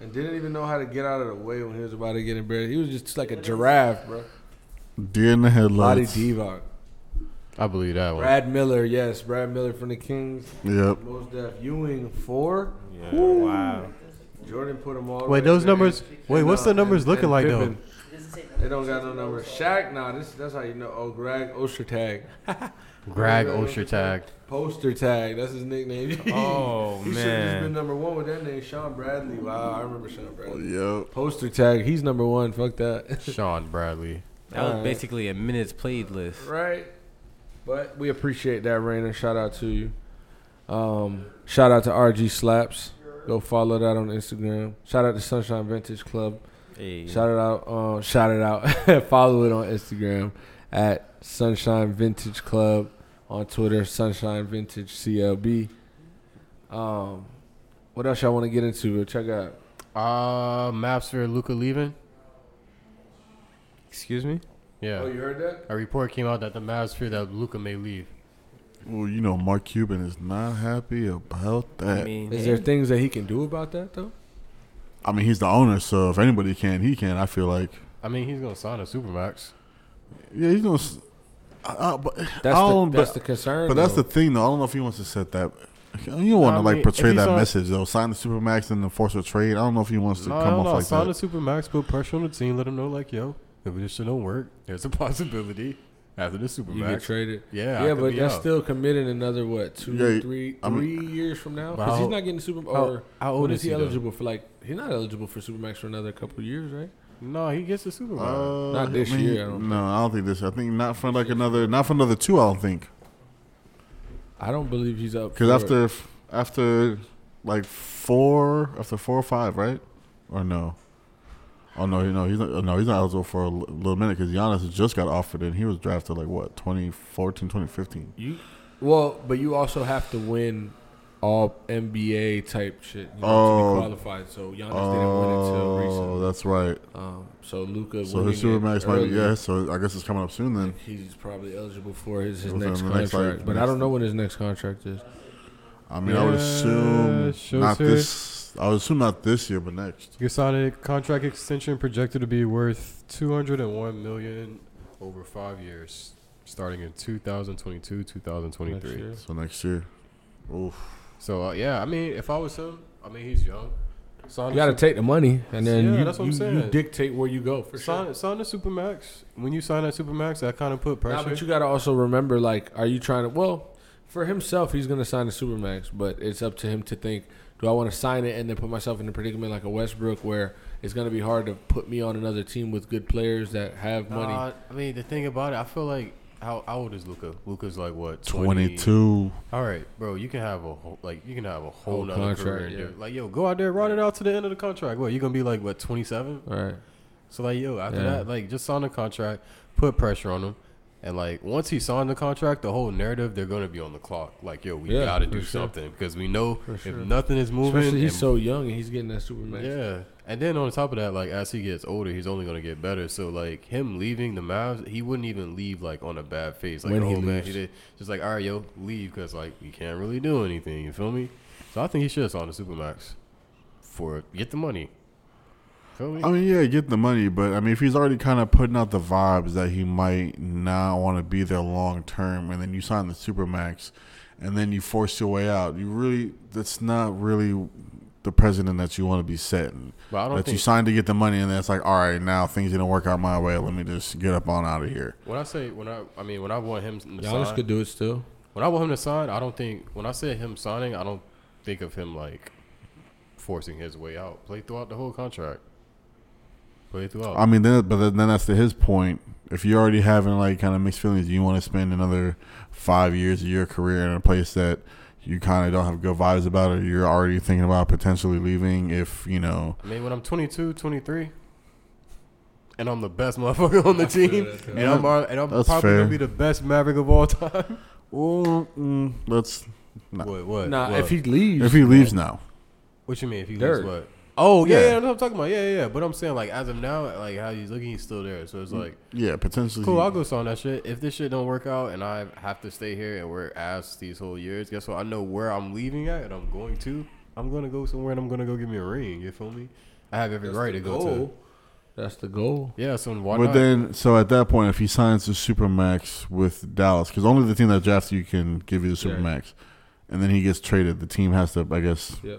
[SPEAKER 2] and didn't even know how to get out of the way when he was about to get embarrassed. He was just like a giraffe, bro.
[SPEAKER 3] Deer in the
[SPEAKER 2] Lottie
[SPEAKER 3] headlights.
[SPEAKER 2] Divock,
[SPEAKER 1] I believe that one.
[SPEAKER 2] Brad Miller, yes, Brad Miller from the Kings.
[SPEAKER 3] Yep.
[SPEAKER 2] Most Def Ewing four.
[SPEAKER 4] Wow.
[SPEAKER 2] Jordan put them all.
[SPEAKER 1] Wait,
[SPEAKER 2] right
[SPEAKER 1] those
[SPEAKER 2] there.
[SPEAKER 1] numbers. Wait,
[SPEAKER 2] And,
[SPEAKER 1] what's
[SPEAKER 2] uh,
[SPEAKER 1] the numbers
[SPEAKER 2] and-
[SPEAKER 1] looking
[SPEAKER 2] and
[SPEAKER 1] like though?
[SPEAKER 2] Pippen. They don't got no numbers. Shaq, nah, this that's how you know. Oh, Greg Ostertag.
[SPEAKER 1] Greg
[SPEAKER 2] Yeah.
[SPEAKER 1] Osher tag.
[SPEAKER 2] Poster tag. That's his nickname.
[SPEAKER 4] Oh,
[SPEAKER 2] he should have just
[SPEAKER 4] man.
[SPEAKER 2] been number one with that name, Sean Bradley. Wow, I remember Sean Bradley.
[SPEAKER 1] Oh,
[SPEAKER 3] Yep.
[SPEAKER 2] Poster tag. He's number one. Fuck that.
[SPEAKER 1] Sean Bradley.
[SPEAKER 4] That was
[SPEAKER 2] Alright.
[SPEAKER 4] basically a minutes played list.
[SPEAKER 2] right. But we appreciate that, Rainer. Shout out to you. Um, shout out to RG Slaps. Go follow that on Instagram. Shout out to Sunshine Vintage Club.
[SPEAKER 4] Hey.
[SPEAKER 2] Shout it out. Uh, shout it out. Follow it on Instagram at Sunshine Vintage Club. On Twitter, Sunshine Vintage CLB. Um, what else y'all want to get into? We'll check out.
[SPEAKER 1] Uh, maps for Luca leaving.
[SPEAKER 4] Excuse me?
[SPEAKER 1] Yeah.
[SPEAKER 2] Oh, you heard that?
[SPEAKER 1] A report came out that the Mavs fear that Luca may leave.
[SPEAKER 3] Well, you know, Mark Cuban is not happy about that.
[SPEAKER 4] I mean,
[SPEAKER 2] Is there things that he can do about that though?
[SPEAKER 3] he's the owner, so if anybody can, he can. I feel like,
[SPEAKER 1] I mean, he's gonna sign a supermax.
[SPEAKER 3] yeah, he's gonna. s- I, I, but
[SPEAKER 2] That's
[SPEAKER 3] I don't-
[SPEAKER 2] the, that's
[SPEAKER 3] but-
[SPEAKER 2] the concern.
[SPEAKER 3] But that's
[SPEAKER 2] though.
[SPEAKER 3] the thing, though. I don't know if he wants to set that. You don't want
[SPEAKER 1] I
[SPEAKER 3] to like
[SPEAKER 1] mean,
[SPEAKER 3] portray
[SPEAKER 1] if he's
[SPEAKER 3] that
[SPEAKER 1] on-
[SPEAKER 3] message though. Sign the supermax and enforce a trade. I don't know if he wants to
[SPEAKER 1] No,
[SPEAKER 3] come
[SPEAKER 1] no,
[SPEAKER 3] off
[SPEAKER 1] no.
[SPEAKER 3] like
[SPEAKER 1] Sign
[SPEAKER 3] that.
[SPEAKER 1] a Supermax, put pressure on the team, let them know, like, yo, if this shit don't work, there's a possibility after the
[SPEAKER 2] you get
[SPEAKER 1] Supermax.
[SPEAKER 2] traded.
[SPEAKER 1] yeah,
[SPEAKER 2] Yeah,
[SPEAKER 1] I could
[SPEAKER 2] but
[SPEAKER 1] be
[SPEAKER 2] that's
[SPEAKER 1] out.
[SPEAKER 2] still committed another what two,
[SPEAKER 3] Yeah,
[SPEAKER 2] three,
[SPEAKER 3] I
[SPEAKER 2] three
[SPEAKER 3] mean-
[SPEAKER 2] years from now
[SPEAKER 1] But
[SPEAKER 2] because he's
[SPEAKER 1] how-
[SPEAKER 2] not getting super.
[SPEAKER 1] how-
[SPEAKER 2] Or
[SPEAKER 1] how old
[SPEAKER 2] when
[SPEAKER 1] is
[SPEAKER 2] is he
[SPEAKER 1] he, though?
[SPEAKER 2] eligible for? Like he's not eligible for supermax for another couple of years, right?
[SPEAKER 1] No, he gets the Supermax.
[SPEAKER 3] Uh,
[SPEAKER 2] Not this year, I don't
[SPEAKER 3] no, I don't think this. I think not for like another. Not for another two. I don't think
[SPEAKER 2] I don't believe he's up
[SPEAKER 3] because
[SPEAKER 2] for-
[SPEAKER 3] after after like four after four or five, right? Or no? Oh no, no, he's not. No, he's not eligible for a l- little minute because Giannis just got offered and he was drafted like what 2014, 2015.
[SPEAKER 2] you. Well, but you also have to win all NBA type shit you know,
[SPEAKER 3] Oh.
[SPEAKER 2] to be qualified. So Giannis didn't win it till
[SPEAKER 3] Oh,
[SPEAKER 2] recently.
[SPEAKER 3] that's right.
[SPEAKER 2] Um, so Luca.
[SPEAKER 3] So his supermax might be yeah. So I guess it's coming up soon then.
[SPEAKER 2] He's probably eligible for his, his
[SPEAKER 3] Within
[SPEAKER 2] next
[SPEAKER 3] the
[SPEAKER 2] contract,
[SPEAKER 3] next, like,
[SPEAKER 2] but I
[SPEAKER 3] next-
[SPEAKER 2] don't know when his next contract is.
[SPEAKER 3] I mean, I would
[SPEAKER 1] Yeah,
[SPEAKER 3] assume
[SPEAKER 1] sure,
[SPEAKER 3] not
[SPEAKER 1] sir.
[SPEAKER 3] this. I would assume not this year, but next.
[SPEAKER 1] He signed a contract extension projected to be worth 201 million over five years, starting in 2022,
[SPEAKER 2] next
[SPEAKER 1] 2023.
[SPEAKER 2] year.
[SPEAKER 3] So next year. Oof.
[SPEAKER 1] So uh, yeah, I mean, if I was him, I mean, he's young. Sign
[SPEAKER 2] You got to
[SPEAKER 1] the
[SPEAKER 2] take the money, and then
[SPEAKER 1] Yeah,
[SPEAKER 2] you,
[SPEAKER 1] that's what I'm
[SPEAKER 2] you- you
[SPEAKER 1] saying.
[SPEAKER 2] dictate where you go. For
[SPEAKER 1] super, sign, sign the supermax. When you sign that supermax, that kind of put
[SPEAKER 2] sure.
[SPEAKER 1] pressure.
[SPEAKER 2] Nah, but you got to also remember, like, are you trying to? Well, for himself, he's going to sign a supermax, but it's up to him to think: Do I want to sign it and then put myself in a predicament like a Westbrook, where it's going to be hard to put me on another team with good players that have money?
[SPEAKER 1] Nah, I mean, the thing about it, I feel like how, how old is Luca? Luca's like what 20?
[SPEAKER 3] Twenty-two.
[SPEAKER 1] All right, bro, you can have a whole, like you can have a whole
[SPEAKER 2] Whole
[SPEAKER 1] nother career.
[SPEAKER 2] contract,
[SPEAKER 1] and
[SPEAKER 2] yeah.
[SPEAKER 1] do- Like yo, go out there, run it out to the end of the contract. What you gonna be like? What twenty seven?
[SPEAKER 2] All right.
[SPEAKER 1] So like yo, after
[SPEAKER 2] Yeah.
[SPEAKER 1] that, like just sign the contract, put pressure on him, and like once he signed the contract, the whole narrative they're gonna be on the clock. Like yo, we
[SPEAKER 2] Yeah,
[SPEAKER 1] gotta
[SPEAKER 2] for
[SPEAKER 1] do
[SPEAKER 2] sure.
[SPEAKER 1] something because we know
[SPEAKER 2] For
[SPEAKER 1] if
[SPEAKER 2] sure.
[SPEAKER 1] nothing is moving,
[SPEAKER 2] Especially he's
[SPEAKER 1] and-
[SPEAKER 2] so young and he's getting that supermax.
[SPEAKER 1] yeah. And then on top of that, like as he gets older, he's only gonna get better. So like him leaving the Mavs, he wouldn't even leave like on a bad face. Like
[SPEAKER 2] When
[SPEAKER 1] oh
[SPEAKER 2] he
[SPEAKER 1] man,
[SPEAKER 2] leaves.
[SPEAKER 1] he did just like all right, yo, leave because like we can't really do anything. You feel me? So I think he should sign the supermax for get the money. Feel me?
[SPEAKER 3] I mean, yeah, get the money, but I mean, if he's already kind of putting out the vibes that he might not want to be there long term, and then you sign the supermax, and then you force your way out, you really that's not really the president that you want to be setting.
[SPEAKER 1] but I don't
[SPEAKER 3] That you
[SPEAKER 1] think
[SPEAKER 3] signed to get the money, and then it's like, all right, now things didn't work out my way. Let me just get up on out of here.
[SPEAKER 1] when I say when I I mean when I want him to
[SPEAKER 2] Giannis
[SPEAKER 1] sign,
[SPEAKER 2] could do it still.
[SPEAKER 1] when I want him to sign, I don't think when I say him signing, I don't think of him like forcing his way out. Play throughout the whole contract. Play throughout.
[SPEAKER 3] I mean, then, but then then that's to his point. If you're already having like kind of mixed feelings, you want to spend another five years of your career in a place that you kind of don't have good vibes about, or you're already thinking about potentially leaving. If you know,
[SPEAKER 1] I mean, when I'm 22, 23, and I'm the best motherfucker on the team, and I'm al- and I'm
[SPEAKER 3] That's
[SPEAKER 1] probably
[SPEAKER 3] fair.
[SPEAKER 1] gonna be the best Maverick of all time.
[SPEAKER 3] well, mm, let's. Nah.
[SPEAKER 1] What? What?
[SPEAKER 2] Nah,
[SPEAKER 1] what?
[SPEAKER 2] if he leaves,
[SPEAKER 3] If he leaves now,
[SPEAKER 1] What you mean? If he
[SPEAKER 2] Dirt.
[SPEAKER 1] leaves what? Oh yeah,
[SPEAKER 3] Yeah.
[SPEAKER 1] yeah, that's what I'm talking about. Yeah, yeah, yeah. But I'm saying like as of now, like how he's looking, he's still there. So it's like,
[SPEAKER 3] yeah, potentially.
[SPEAKER 1] cool, I'll go sign that shit. If this shit don't work out and I have to stay here and we're ass these whole years, guess what? I know where I'm leaving at and I'm going to. I'm gonna go somewhere and I'm gonna go get me a ring. You feel me? I have every right to go to.
[SPEAKER 2] That's the goal.
[SPEAKER 1] Yeah, so why
[SPEAKER 3] But
[SPEAKER 1] not?
[SPEAKER 3] then, so at that point, if he signs the supermax with Dallas, because only the team that drafts you can give you the
[SPEAKER 2] Yeah.
[SPEAKER 3] supermax, and then he gets traded, the team has to, I guess,
[SPEAKER 2] Yeah.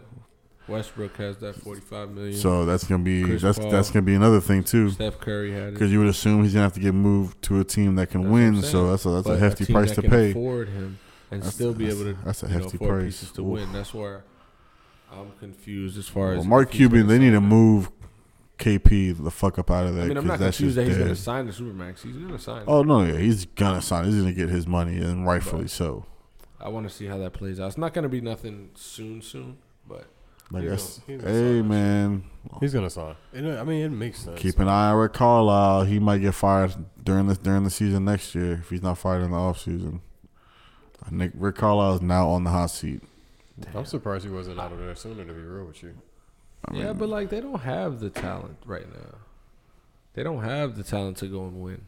[SPEAKER 2] Westbrook has that 45 million.
[SPEAKER 3] So that's gonna be
[SPEAKER 2] Chris
[SPEAKER 3] that's
[SPEAKER 2] Paul.
[SPEAKER 3] that's gonna be another thing too,
[SPEAKER 2] Steph Curry had it.
[SPEAKER 3] because you would assume he's gonna have to get moved to a team that can
[SPEAKER 2] That's what I'm
[SPEAKER 3] win. So
[SPEAKER 2] saying.
[SPEAKER 3] that's a that's
[SPEAKER 2] But
[SPEAKER 3] a hefty
[SPEAKER 2] team
[SPEAKER 3] price
[SPEAKER 2] that
[SPEAKER 3] to
[SPEAKER 2] can
[SPEAKER 3] pay.
[SPEAKER 2] afford him and
[SPEAKER 3] That's-
[SPEAKER 2] still be
[SPEAKER 3] that's-
[SPEAKER 2] able to
[SPEAKER 3] that's a
[SPEAKER 2] you know,
[SPEAKER 3] hefty
[SPEAKER 2] afford
[SPEAKER 3] price.
[SPEAKER 2] pieces to
[SPEAKER 3] Oof.
[SPEAKER 2] win. That's where I'm confused as far
[SPEAKER 3] Well,
[SPEAKER 2] as
[SPEAKER 3] Mark
[SPEAKER 2] if he's
[SPEAKER 3] Cuban,
[SPEAKER 2] gonna
[SPEAKER 3] they need to
[SPEAKER 2] sign it.
[SPEAKER 3] move KP the fuck up out of
[SPEAKER 2] I
[SPEAKER 3] there
[SPEAKER 2] mean, I'm
[SPEAKER 3] because
[SPEAKER 2] not
[SPEAKER 3] that shit's
[SPEAKER 2] confused that he's going to
[SPEAKER 3] dead.
[SPEAKER 2] sign the supermax. He's going to sign. it.
[SPEAKER 3] Oh no, yeah, he's gonna sign. He's gonna get his money and rightfully so.
[SPEAKER 2] I want to see how that plays out. It's not going to be nothing soon, soon, but
[SPEAKER 3] Like
[SPEAKER 1] He's
[SPEAKER 3] that's
[SPEAKER 1] gonna- he's gonna sign
[SPEAKER 3] hey
[SPEAKER 1] that
[SPEAKER 3] man,
[SPEAKER 1] He's gonna sign. It, uh, I mean, it makes sense.
[SPEAKER 3] keep an eye on Rick Carlisle. He might get fired during this during the season next year if he's not fired in the off season. Nick Rick Carlisle is now on the hot seat.
[SPEAKER 1] I'm surprised he wasn't out of there sooner. To be real with you,
[SPEAKER 3] I mean,
[SPEAKER 2] yeah, but like they don't have the talent right now. They don't have the talent to go and win.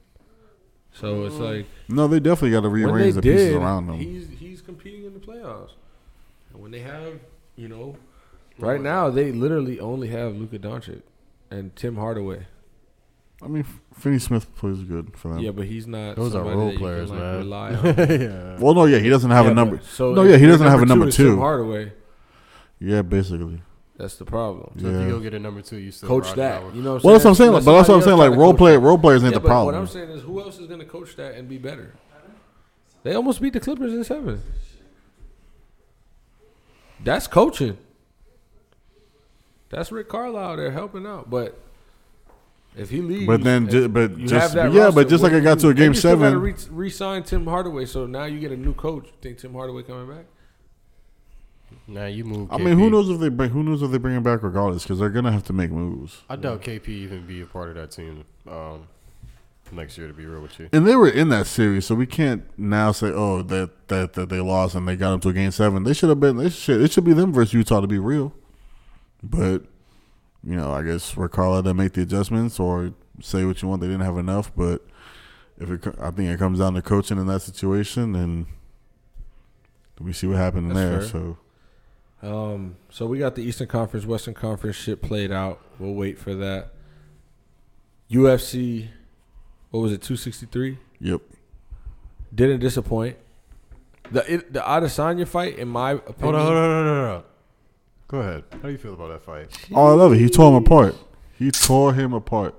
[SPEAKER 2] So it's like
[SPEAKER 3] No, they definitely got to
[SPEAKER 2] when they
[SPEAKER 3] rearrange Mm. the
[SPEAKER 2] did,
[SPEAKER 3] pieces around them.
[SPEAKER 2] he's he's competing in the playoffs. And when they have, you know, right now they literally only have Luka Doncic and Tim Hardaway.
[SPEAKER 3] I mean, Finney Smith plays good for them.
[SPEAKER 2] Yeah, but he's not.
[SPEAKER 1] Those are
[SPEAKER 2] somebody
[SPEAKER 1] role
[SPEAKER 2] that you can,
[SPEAKER 1] players,
[SPEAKER 2] like,
[SPEAKER 1] man.
[SPEAKER 2] Rely on.
[SPEAKER 1] yeah.
[SPEAKER 3] Well, no, yeah, he doesn't have
[SPEAKER 2] Yeah,
[SPEAKER 3] a number.
[SPEAKER 2] but- so
[SPEAKER 3] no,
[SPEAKER 2] if
[SPEAKER 3] yeah, he
[SPEAKER 2] your
[SPEAKER 3] doesn't have a number
[SPEAKER 2] is Tim
[SPEAKER 3] two.
[SPEAKER 2] Hardaway.
[SPEAKER 3] Yeah, basically.
[SPEAKER 2] That's the problem.
[SPEAKER 1] So if
[SPEAKER 3] Yeah.
[SPEAKER 1] you go get a number two, you still
[SPEAKER 2] Coach
[SPEAKER 1] Rod
[SPEAKER 2] that.
[SPEAKER 1] Howard.
[SPEAKER 2] You know. What
[SPEAKER 3] Well, that's what I'm saying.
[SPEAKER 2] That's
[SPEAKER 3] but that's what I'm
[SPEAKER 2] somebody else
[SPEAKER 3] saying. Like
[SPEAKER 2] trying to
[SPEAKER 3] role
[SPEAKER 2] coach
[SPEAKER 3] play,
[SPEAKER 2] that.
[SPEAKER 3] role players ain't
[SPEAKER 2] Yeah,
[SPEAKER 3] the
[SPEAKER 2] but What
[SPEAKER 3] problem.
[SPEAKER 2] I'm saying is, who else is going to coach that and be better? They almost beat the Clippers in seven. That's coaching. That's Rick Carlisle there helping out, but if he leaves, eh,
[SPEAKER 3] But then, ju- but
[SPEAKER 2] you
[SPEAKER 3] just
[SPEAKER 2] have that
[SPEAKER 3] yeah,
[SPEAKER 2] roster,
[SPEAKER 3] but just
[SPEAKER 2] what
[SPEAKER 3] like I
[SPEAKER 2] do
[SPEAKER 3] got
[SPEAKER 2] you-
[SPEAKER 3] to a
[SPEAKER 2] and
[SPEAKER 3] game
[SPEAKER 2] you still gotta
[SPEAKER 3] seven.
[SPEAKER 2] re- re-sign Tim Hardaway. So now you get a new coach. You think Tim Hardaway coming back?
[SPEAKER 1] Nah, you move.
[SPEAKER 3] I mean, who
[SPEAKER 1] KP.
[SPEAKER 3] knows if they bring who knows if they bring him back regardless because they're gonna have to make moves.
[SPEAKER 1] I doubt KP even be a part of that team um, next year. To be real with you,
[SPEAKER 3] And they were in that series, so we can't now say, oh, that that that they lost and they got up to a game seven. They should have been. They should. It should be them versus Utah to be real. But you know, I guess Rick Carlisle didn't make the adjustments or say what you want. They didn't have enough. But if it, co- I think it comes down to coaching in that situation, then we see what happened
[SPEAKER 2] That's
[SPEAKER 3] there.
[SPEAKER 2] fair.
[SPEAKER 3] So
[SPEAKER 2] Um, so we got the Eastern Conference, Western Conference shit played out. We'll wait for that. UFC, what was it, two sixty three?
[SPEAKER 3] yep,
[SPEAKER 2] Didn't disappoint. The it, the Adesanya fight, in my opinion,
[SPEAKER 1] hold on, hold on, hold on, hold on. Go ahead. How do you feel about that fight?
[SPEAKER 3] oh, I love it. He tore him apart. He tore him apart.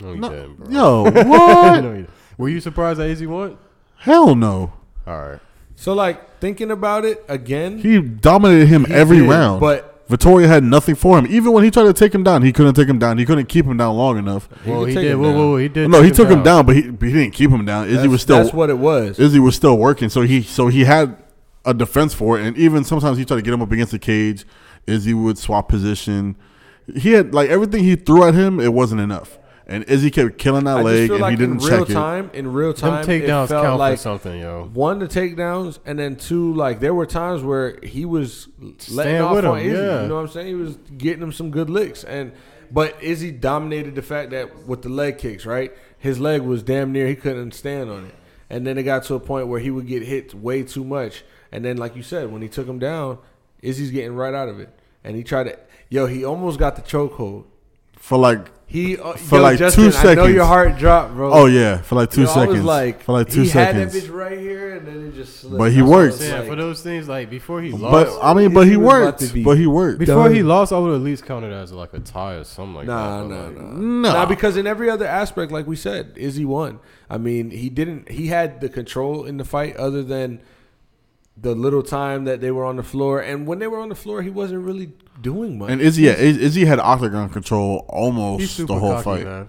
[SPEAKER 1] No, you
[SPEAKER 3] No,
[SPEAKER 1] didn't, bro.
[SPEAKER 3] Yo,
[SPEAKER 1] I
[SPEAKER 3] what?
[SPEAKER 1] know you didn't. Were you surprised that Izzy won?
[SPEAKER 3] Hell no.
[SPEAKER 1] All right.
[SPEAKER 2] so like thinking about it again,
[SPEAKER 3] He dominated him
[SPEAKER 2] he
[SPEAKER 3] every
[SPEAKER 2] did,
[SPEAKER 3] round.
[SPEAKER 2] But
[SPEAKER 3] Vittoria had nothing for him. Even when he tried to take him down, he couldn't take him down. He couldn't keep him down long enough.
[SPEAKER 2] He
[SPEAKER 1] well,
[SPEAKER 2] could
[SPEAKER 1] he
[SPEAKER 2] take
[SPEAKER 1] did.
[SPEAKER 2] him
[SPEAKER 1] Whoa,
[SPEAKER 2] down.
[SPEAKER 1] whoa, whoa, he did.
[SPEAKER 3] no, he
[SPEAKER 1] take
[SPEAKER 3] took him down, but he, but he didn't keep him down. Izzy
[SPEAKER 2] that's,
[SPEAKER 3] was still
[SPEAKER 2] that's what it was.
[SPEAKER 3] Izzy was still working, so he so he had a defense for it. And even sometimes he tried to get him up against the cage. Izzy would swap position. He had like everything he threw at him, it wasn't enough. And Izzy kept killing that
[SPEAKER 2] I just
[SPEAKER 3] leg,
[SPEAKER 2] feel
[SPEAKER 3] and
[SPEAKER 2] like
[SPEAKER 3] he didn't
[SPEAKER 2] in real
[SPEAKER 3] check
[SPEAKER 2] time, in real
[SPEAKER 1] Them
[SPEAKER 2] time,
[SPEAKER 1] takedowns
[SPEAKER 2] it felt
[SPEAKER 1] count
[SPEAKER 2] like
[SPEAKER 1] for something, yo.
[SPEAKER 2] one the takedowns and then two like there were times where he was letting
[SPEAKER 1] Staying
[SPEAKER 2] off
[SPEAKER 1] with
[SPEAKER 2] on
[SPEAKER 1] him,
[SPEAKER 2] Izzy.
[SPEAKER 1] yeah.
[SPEAKER 2] You know what I'm saying? He was getting him some good licks and but Izzy dominated the fact that with the leg kicks, right? His leg was damn near he couldn't stand on it. And then it got to a point where he would get hit way too much. And then like you said, when he took him down, Izzy's getting right out of it. And he tried to yo, he almost got the chokehold.
[SPEAKER 3] it for like
[SPEAKER 2] He uh,
[SPEAKER 3] For
[SPEAKER 2] yo,
[SPEAKER 3] like two
[SPEAKER 2] Justin, I know
[SPEAKER 3] seconds.
[SPEAKER 2] your heart dropped, bro.
[SPEAKER 3] oh yeah, for like two
[SPEAKER 2] Yo, I was
[SPEAKER 3] seconds,
[SPEAKER 2] like,
[SPEAKER 3] for like two
[SPEAKER 2] he
[SPEAKER 3] seconds.
[SPEAKER 2] had that bitch right here, and then it just slipped.
[SPEAKER 3] But he
[SPEAKER 2] That's what I was
[SPEAKER 3] worked.
[SPEAKER 1] Yeah,
[SPEAKER 2] like.
[SPEAKER 1] for those things, like before he
[SPEAKER 3] but
[SPEAKER 1] lost,
[SPEAKER 3] I mean, but
[SPEAKER 2] Izzy
[SPEAKER 3] he
[SPEAKER 2] was about to
[SPEAKER 3] worked.
[SPEAKER 2] be
[SPEAKER 3] But he worked.
[SPEAKER 1] before he
[SPEAKER 2] done.
[SPEAKER 1] lost, I would at least count it as like a tie or something like
[SPEAKER 2] Nah,
[SPEAKER 1] that. but,
[SPEAKER 2] nah,
[SPEAKER 1] like,
[SPEAKER 2] nah.
[SPEAKER 3] No.
[SPEAKER 2] Nah, because in every other aspect, like we said, Izzy won. I mean, he didn't. He had the control in the fight, other than the little time that they were on the floor. And when they were on the floor, he wasn't really doing much.
[SPEAKER 3] And Izzy, yeah, Iz- Izzy had octagon control almost the whole
[SPEAKER 1] cocky,
[SPEAKER 3] fight,
[SPEAKER 1] man.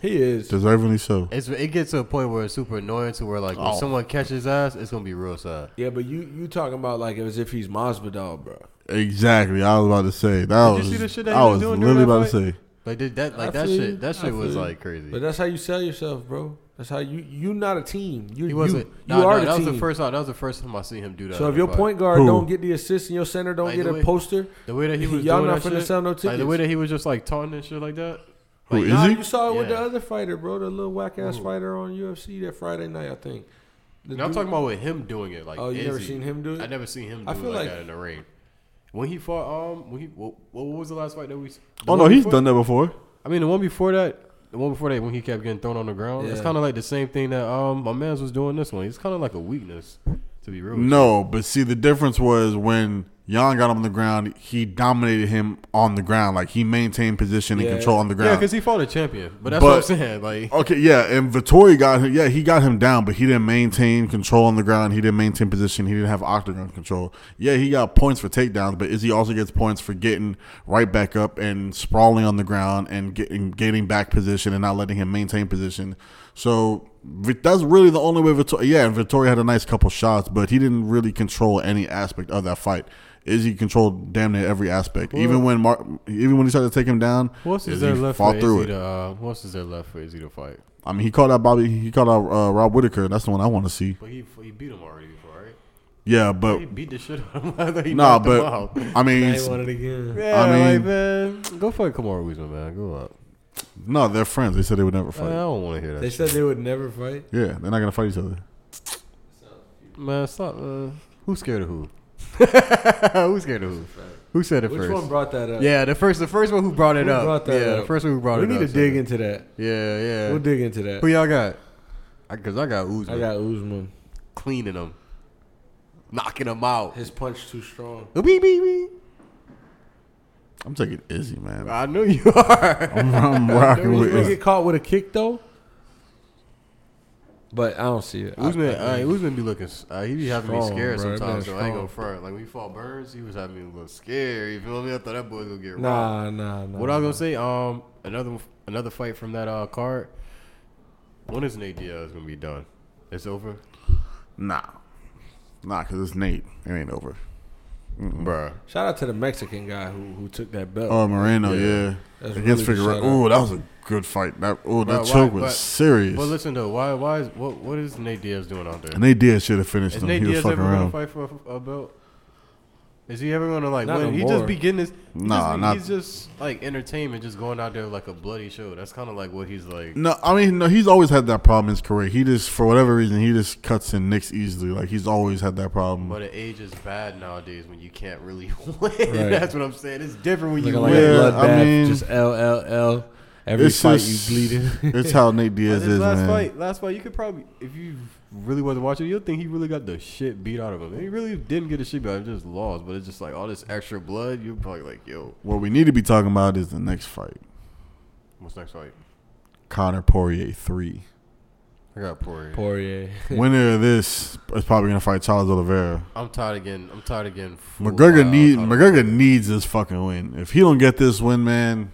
[SPEAKER 2] he is.
[SPEAKER 3] deservingly so.
[SPEAKER 1] It's, it gets to a point where it's super annoying to where like when
[SPEAKER 3] Oh.
[SPEAKER 1] someone catches ass, it's gonna be real sad.
[SPEAKER 2] Yeah, but you you talking about like as if he's Masvidal, bro.
[SPEAKER 3] Exactly, I was about to say that
[SPEAKER 1] Did you
[SPEAKER 3] was.
[SPEAKER 1] see the shit that he
[SPEAKER 3] I
[SPEAKER 1] was
[SPEAKER 3] was
[SPEAKER 1] doing during that
[SPEAKER 3] literally about to
[SPEAKER 1] fight?
[SPEAKER 3] say.
[SPEAKER 1] Like did that like
[SPEAKER 2] I
[SPEAKER 1] that
[SPEAKER 2] feel you.
[SPEAKER 1] shit that
[SPEAKER 2] I
[SPEAKER 1] shit was
[SPEAKER 2] feel you.
[SPEAKER 1] like crazy.
[SPEAKER 2] But that's how you sell yourself, bro. That's how you you not a team. You
[SPEAKER 1] He wasn't.
[SPEAKER 2] You,
[SPEAKER 1] nah,
[SPEAKER 2] you are
[SPEAKER 1] nah,
[SPEAKER 2] the
[SPEAKER 1] that
[SPEAKER 2] team.
[SPEAKER 1] was the first time. That was the first time I seen him do that.
[SPEAKER 2] so
[SPEAKER 1] in
[SPEAKER 2] if
[SPEAKER 1] a
[SPEAKER 2] your
[SPEAKER 1] fight.
[SPEAKER 2] point guard
[SPEAKER 3] Who?
[SPEAKER 2] don't get the assist and your center don't
[SPEAKER 1] Like
[SPEAKER 2] get
[SPEAKER 1] the
[SPEAKER 2] a
[SPEAKER 1] way-
[SPEAKER 2] poster,
[SPEAKER 1] the way that he was
[SPEAKER 2] y'all
[SPEAKER 1] doing
[SPEAKER 2] not
[SPEAKER 1] that
[SPEAKER 2] finna
[SPEAKER 1] shit,
[SPEAKER 2] sell no
[SPEAKER 1] Like, the way
[SPEAKER 2] tickets.
[SPEAKER 1] that he was just like taunting and shit like that.
[SPEAKER 3] Who
[SPEAKER 1] Like,
[SPEAKER 3] is
[SPEAKER 2] Nah,
[SPEAKER 3] he?
[SPEAKER 2] you saw it with the
[SPEAKER 1] Yeah.
[SPEAKER 2] other fighter, bro. The little whack ass fighter on UFC that Friday night, I think. The
[SPEAKER 1] No, I'm
[SPEAKER 2] dude-
[SPEAKER 1] talking about with him doing it. Like,
[SPEAKER 2] Oh, you never
[SPEAKER 1] Izzy.
[SPEAKER 2] seen him do it?
[SPEAKER 1] I never seen him. Do
[SPEAKER 2] I
[SPEAKER 1] it
[SPEAKER 2] feel
[SPEAKER 1] like,
[SPEAKER 2] like-
[SPEAKER 1] that in the ring. When he fought, um, when he what, what was the last fight that we? s- the
[SPEAKER 3] Oh
[SPEAKER 1] one
[SPEAKER 3] no, he's
[SPEAKER 1] before-
[SPEAKER 3] done that before.
[SPEAKER 1] I mean, the one before that, the one before that, when he kept getting thrown on the ground, it's
[SPEAKER 2] Yeah.
[SPEAKER 1] kind of like the same thing that um my man's was doing this one. It's kind of like a weakness, to be real. with you.
[SPEAKER 3] No, but see, the difference was when Jan got him on the ground, he dominated him on the ground. Like he maintained position and
[SPEAKER 2] Yeah.
[SPEAKER 3] control on the
[SPEAKER 1] yeah,
[SPEAKER 3] ground.
[SPEAKER 1] because he fought a champion, but that's
[SPEAKER 3] But-
[SPEAKER 1] what I'm saying. Like,
[SPEAKER 3] Okay, yeah, and Vittori got him. Yeah, he got him down, but he didn't maintain control on the ground. He didn't maintain position. He didn't have octagon control. Yeah, he got points for takedowns, but Izzy also gets points for getting right back up and sprawling on the ground and getting getting back position and not letting him maintain position. So Vi- that's really the only way. Vittori, yeah, and Vittori had a nice couple shots, but he didn't really control any aspect of that fight. Izzy controlled damn near every aspect. even when Mark, even when he tried to take him down,
[SPEAKER 1] what else is
[SPEAKER 3] Izzy
[SPEAKER 1] there left
[SPEAKER 3] fought
[SPEAKER 1] for
[SPEAKER 3] through
[SPEAKER 1] Izzy
[SPEAKER 3] it.
[SPEAKER 1] to? Uh, what else is there left for Izzy to fight?
[SPEAKER 3] I mean, he called out Bobby. He called out uh, Rob Whitaker. That's the one I want to see.
[SPEAKER 1] But he he beat him already before, right?
[SPEAKER 3] Yeah, but
[SPEAKER 1] He beat the shit out of him. He
[SPEAKER 3] nah,
[SPEAKER 1] knocked him
[SPEAKER 3] but
[SPEAKER 1] out.
[SPEAKER 3] I mean,
[SPEAKER 2] They want it again.
[SPEAKER 1] Yeah,
[SPEAKER 3] I
[SPEAKER 1] I
[SPEAKER 3] mean-
[SPEAKER 1] mean, like, man, go fight Kamaru Usman, man. Go up.
[SPEAKER 3] No, they're friends. They said they would never
[SPEAKER 1] Man, I
[SPEAKER 3] fight.
[SPEAKER 1] don't want to hear that.
[SPEAKER 2] They said they would never fight.
[SPEAKER 3] Yeah, they're not gonna fight each other.
[SPEAKER 1] Man, stop. Uh, who's scared of who? who's scared of who? Who said it
[SPEAKER 2] Which
[SPEAKER 1] first?
[SPEAKER 2] one brought that up?
[SPEAKER 1] yeah, the first, the first one who brought it
[SPEAKER 2] Who
[SPEAKER 1] up.
[SPEAKER 2] brought that
[SPEAKER 1] yeah, the
[SPEAKER 2] up?
[SPEAKER 1] first one who brought
[SPEAKER 2] we
[SPEAKER 1] it
[SPEAKER 2] need
[SPEAKER 1] up.
[SPEAKER 2] to dig
[SPEAKER 1] so-
[SPEAKER 2] into that.
[SPEAKER 1] Yeah, yeah.
[SPEAKER 2] We'll dig into that.
[SPEAKER 1] who y'all got? I, Cause I got Uzman
[SPEAKER 2] I got Usman.
[SPEAKER 1] cleaning them, knocking them out.
[SPEAKER 2] His punch too strong.
[SPEAKER 1] Beep, beep, beep.
[SPEAKER 3] I'm taking Izzy, man.
[SPEAKER 1] I know you are.
[SPEAKER 3] I'm, I'm
[SPEAKER 2] He
[SPEAKER 3] rocking
[SPEAKER 2] was
[SPEAKER 3] with
[SPEAKER 2] gonna
[SPEAKER 3] Izzy.
[SPEAKER 2] get caught with a kick though. But I don't see it. I-
[SPEAKER 1] Usman,
[SPEAKER 2] I-
[SPEAKER 1] uh, Usman be looking. s- Uh, he be having me
[SPEAKER 2] Strong,
[SPEAKER 1] scared
[SPEAKER 2] bro. That
[SPEAKER 1] sometimes.
[SPEAKER 2] man
[SPEAKER 1] So I ain't
[SPEAKER 2] strong.
[SPEAKER 1] gonna front. Like when we fought Burns, he was having me a little scared. You feel me? I thought that boy was gonna get robbed.
[SPEAKER 2] nah, nah, nah.
[SPEAKER 1] What I was
[SPEAKER 2] nah.
[SPEAKER 1] gonna say? Um, another another fight from that uh card. When is Nate Diaz gonna be done? It's over,
[SPEAKER 3] Nah, nah, cause it's Nate. It ain't over.
[SPEAKER 1] Bruh.
[SPEAKER 2] Shout out to the Mexican guy who who took that belt.
[SPEAKER 3] Oh, Moreno, yeah,
[SPEAKER 2] That's
[SPEAKER 3] against
[SPEAKER 2] really good
[SPEAKER 3] Figueroa.
[SPEAKER 2] shout out.
[SPEAKER 3] Oh, that was a good fight. That oh,
[SPEAKER 1] Bro,
[SPEAKER 3] that
[SPEAKER 1] why-
[SPEAKER 3] choke was
[SPEAKER 1] but-
[SPEAKER 3] serious.
[SPEAKER 1] But listen though, why why is what what is Nate Diaz doing out there?
[SPEAKER 3] and they did should have finished
[SPEAKER 1] Is
[SPEAKER 3] him.
[SPEAKER 1] Nate
[SPEAKER 3] he
[SPEAKER 1] Diaz
[SPEAKER 3] was fucking
[SPEAKER 1] ever gonna
[SPEAKER 3] around.
[SPEAKER 1] fight for a, a belt? Is he ever gonna like
[SPEAKER 2] Not
[SPEAKER 1] win?
[SPEAKER 2] no
[SPEAKER 1] he just
[SPEAKER 2] more.
[SPEAKER 1] be getting this. he
[SPEAKER 3] Nah,
[SPEAKER 1] just be-
[SPEAKER 3] not-
[SPEAKER 1] he's just like entertainment, just going out there like a bloody show. That's kind of like what he's like.
[SPEAKER 3] No, I mean no. He's always had that problem in his career. He just for whatever reason he just cuts and nicks easily. Like he's always had that problem.
[SPEAKER 1] But it age is bad nowadays when you can't really win.
[SPEAKER 2] Right.
[SPEAKER 1] That's what I'm saying. It's different when you
[SPEAKER 2] Looking
[SPEAKER 1] win.
[SPEAKER 2] like
[SPEAKER 3] Yeah,
[SPEAKER 2] a bloodbath,
[SPEAKER 3] I mean-
[SPEAKER 2] just L L L. Every fight you bleeding.
[SPEAKER 3] it's how Nate
[SPEAKER 1] But
[SPEAKER 3] Diaz
[SPEAKER 1] this
[SPEAKER 3] is,
[SPEAKER 1] last
[SPEAKER 3] man.
[SPEAKER 1] fight, last fight, you could probably, if you really wasn't watching, you'll think he really got the shit beat out of him. He really didn't get the shit beat out of him, just lost. But it's just like all this extra blood, you're probably like, yo,
[SPEAKER 3] What we need to be talking about is the next fight,
[SPEAKER 1] what's next fight?
[SPEAKER 3] Conor Poirier three.
[SPEAKER 1] I got Poirier.
[SPEAKER 2] Poirier.
[SPEAKER 3] Winner of this is probably gonna fight Charles Oliveira.
[SPEAKER 1] I'm tired again. I'm tired again.
[SPEAKER 3] McGregor need McGregor needs this fucking win. If he don't get this win, man,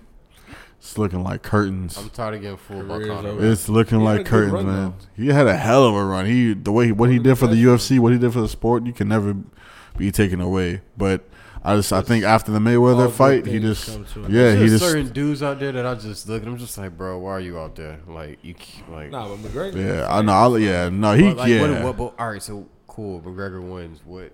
[SPEAKER 3] it's looking like curtains.
[SPEAKER 1] I'm tired again. Fool by
[SPEAKER 2] Career's
[SPEAKER 1] Conor.
[SPEAKER 2] over.
[SPEAKER 3] It's looking
[SPEAKER 2] He had a
[SPEAKER 3] like
[SPEAKER 2] good
[SPEAKER 3] curtains,
[SPEAKER 2] run,
[SPEAKER 3] man. He had a hell of a run. He the way he, what he did for the UFC, what he did for the sport, you can never be taken away. But I just I think after the
[SPEAKER 2] All
[SPEAKER 3] Mayweather
[SPEAKER 2] good
[SPEAKER 3] fight, he
[SPEAKER 2] things
[SPEAKER 3] just
[SPEAKER 2] come to an
[SPEAKER 3] yeah
[SPEAKER 1] There's
[SPEAKER 3] he
[SPEAKER 1] just
[SPEAKER 3] just
[SPEAKER 1] certain dudes out there that I just look and I'm just like, bro, why are you out there? Like you, c- like,
[SPEAKER 2] nah, but McGregor.
[SPEAKER 3] yeah I know I, yeah no he
[SPEAKER 1] But, like,
[SPEAKER 3] yeah
[SPEAKER 1] What, what, but, all right, so cool. McGregor wins. What?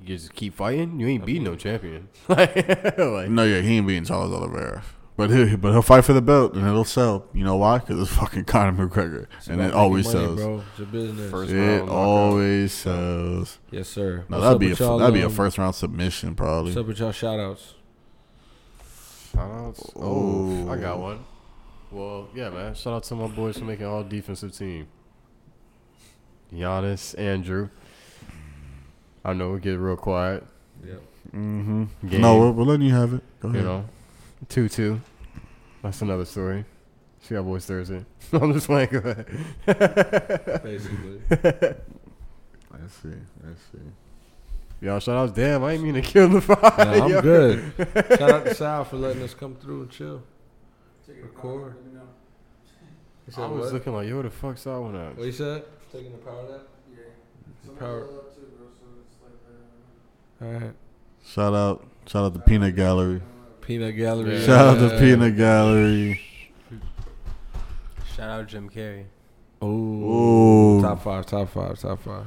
[SPEAKER 1] You just keep fighting. You ain't beating no champion. like,
[SPEAKER 3] no yeah he ain't beating Charles Oliveira. But he but he'll fight for the belt and it'll sell. You know why? Because it's fucking Conor McGregor,
[SPEAKER 2] It's
[SPEAKER 3] and
[SPEAKER 2] about
[SPEAKER 3] it
[SPEAKER 2] making
[SPEAKER 3] always
[SPEAKER 2] money,
[SPEAKER 3] sells.
[SPEAKER 2] bro. It's a business.
[SPEAKER 1] First-
[SPEAKER 3] It
[SPEAKER 1] round knockout.
[SPEAKER 3] always sells.
[SPEAKER 2] Yes, sir.
[SPEAKER 3] No,
[SPEAKER 2] What's
[SPEAKER 3] that'd
[SPEAKER 2] up
[SPEAKER 3] be a
[SPEAKER 2] with y'all,
[SPEAKER 3] that'd be a
[SPEAKER 2] um,
[SPEAKER 3] first round submission probably.
[SPEAKER 2] What's up with y'all? Shout outs.
[SPEAKER 1] Shoutouts. Oh, I got one. Well, yeah, man. Shout out to my boys for making all defensive team. Giannis, Andrew. I know we get real quiet.
[SPEAKER 2] Yep.
[SPEAKER 3] hmm
[SPEAKER 1] Game,
[SPEAKER 3] No, we're, we're letting you have it. Go
[SPEAKER 1] you
[SPEAKER 3] ahead.
[SPEAKER 1] know, Mm-hmm. two two. That's another story. See our boys Thursday. I'm just playing. Go ahead.
[SPEAKER 2] Basically.
[SPEAKER 3] I see. I see.
[SPEAKER 1] Y'all shout outs. Damn, I ain't mean to kill the vibe.
[SPEAKER 2] Nah, I'm
[SPEAKER 1] yo.
[SPEAKER 2] good. Shout out to Sal for letting us come through and chill.
[SPEAKER 5] Take
[SPEAKER 2] Record.
[SPEAKER 5] Let me know.
[SPEAKER 2] He said,
[SPEAKER 1] I was
[SPEAKER 2] what?
[SPEAKER 1] looking like, yo, where the fuck's that one at?
[SPEAKER 2] what you said? Taking the power nap?
[SPEAKER 5] Yeah. Somebody
[SPEAKER 2] Power-
[SPEAKER 5] roll up too, bro, so it's like, uh,
[SPEAKER 2] All right.
[SPEAKER 3] Shout out, shout out the Peanut Gallery.
[SPEAKER 2] Peanut Gallery.
[SPEAKER 1] Yeah.
[SPEAKER 3] Shout out
[SPEAKER 2] Yeah.
[SPEAKER 3] the Peanut Gallery.
[SPEAKER 4] Shout out Jim Carrey.
[SPEAKER 2] Ooh.
[SPEAKER 3] Ooh.
[SPEAKER 2] Top five, top five, top five.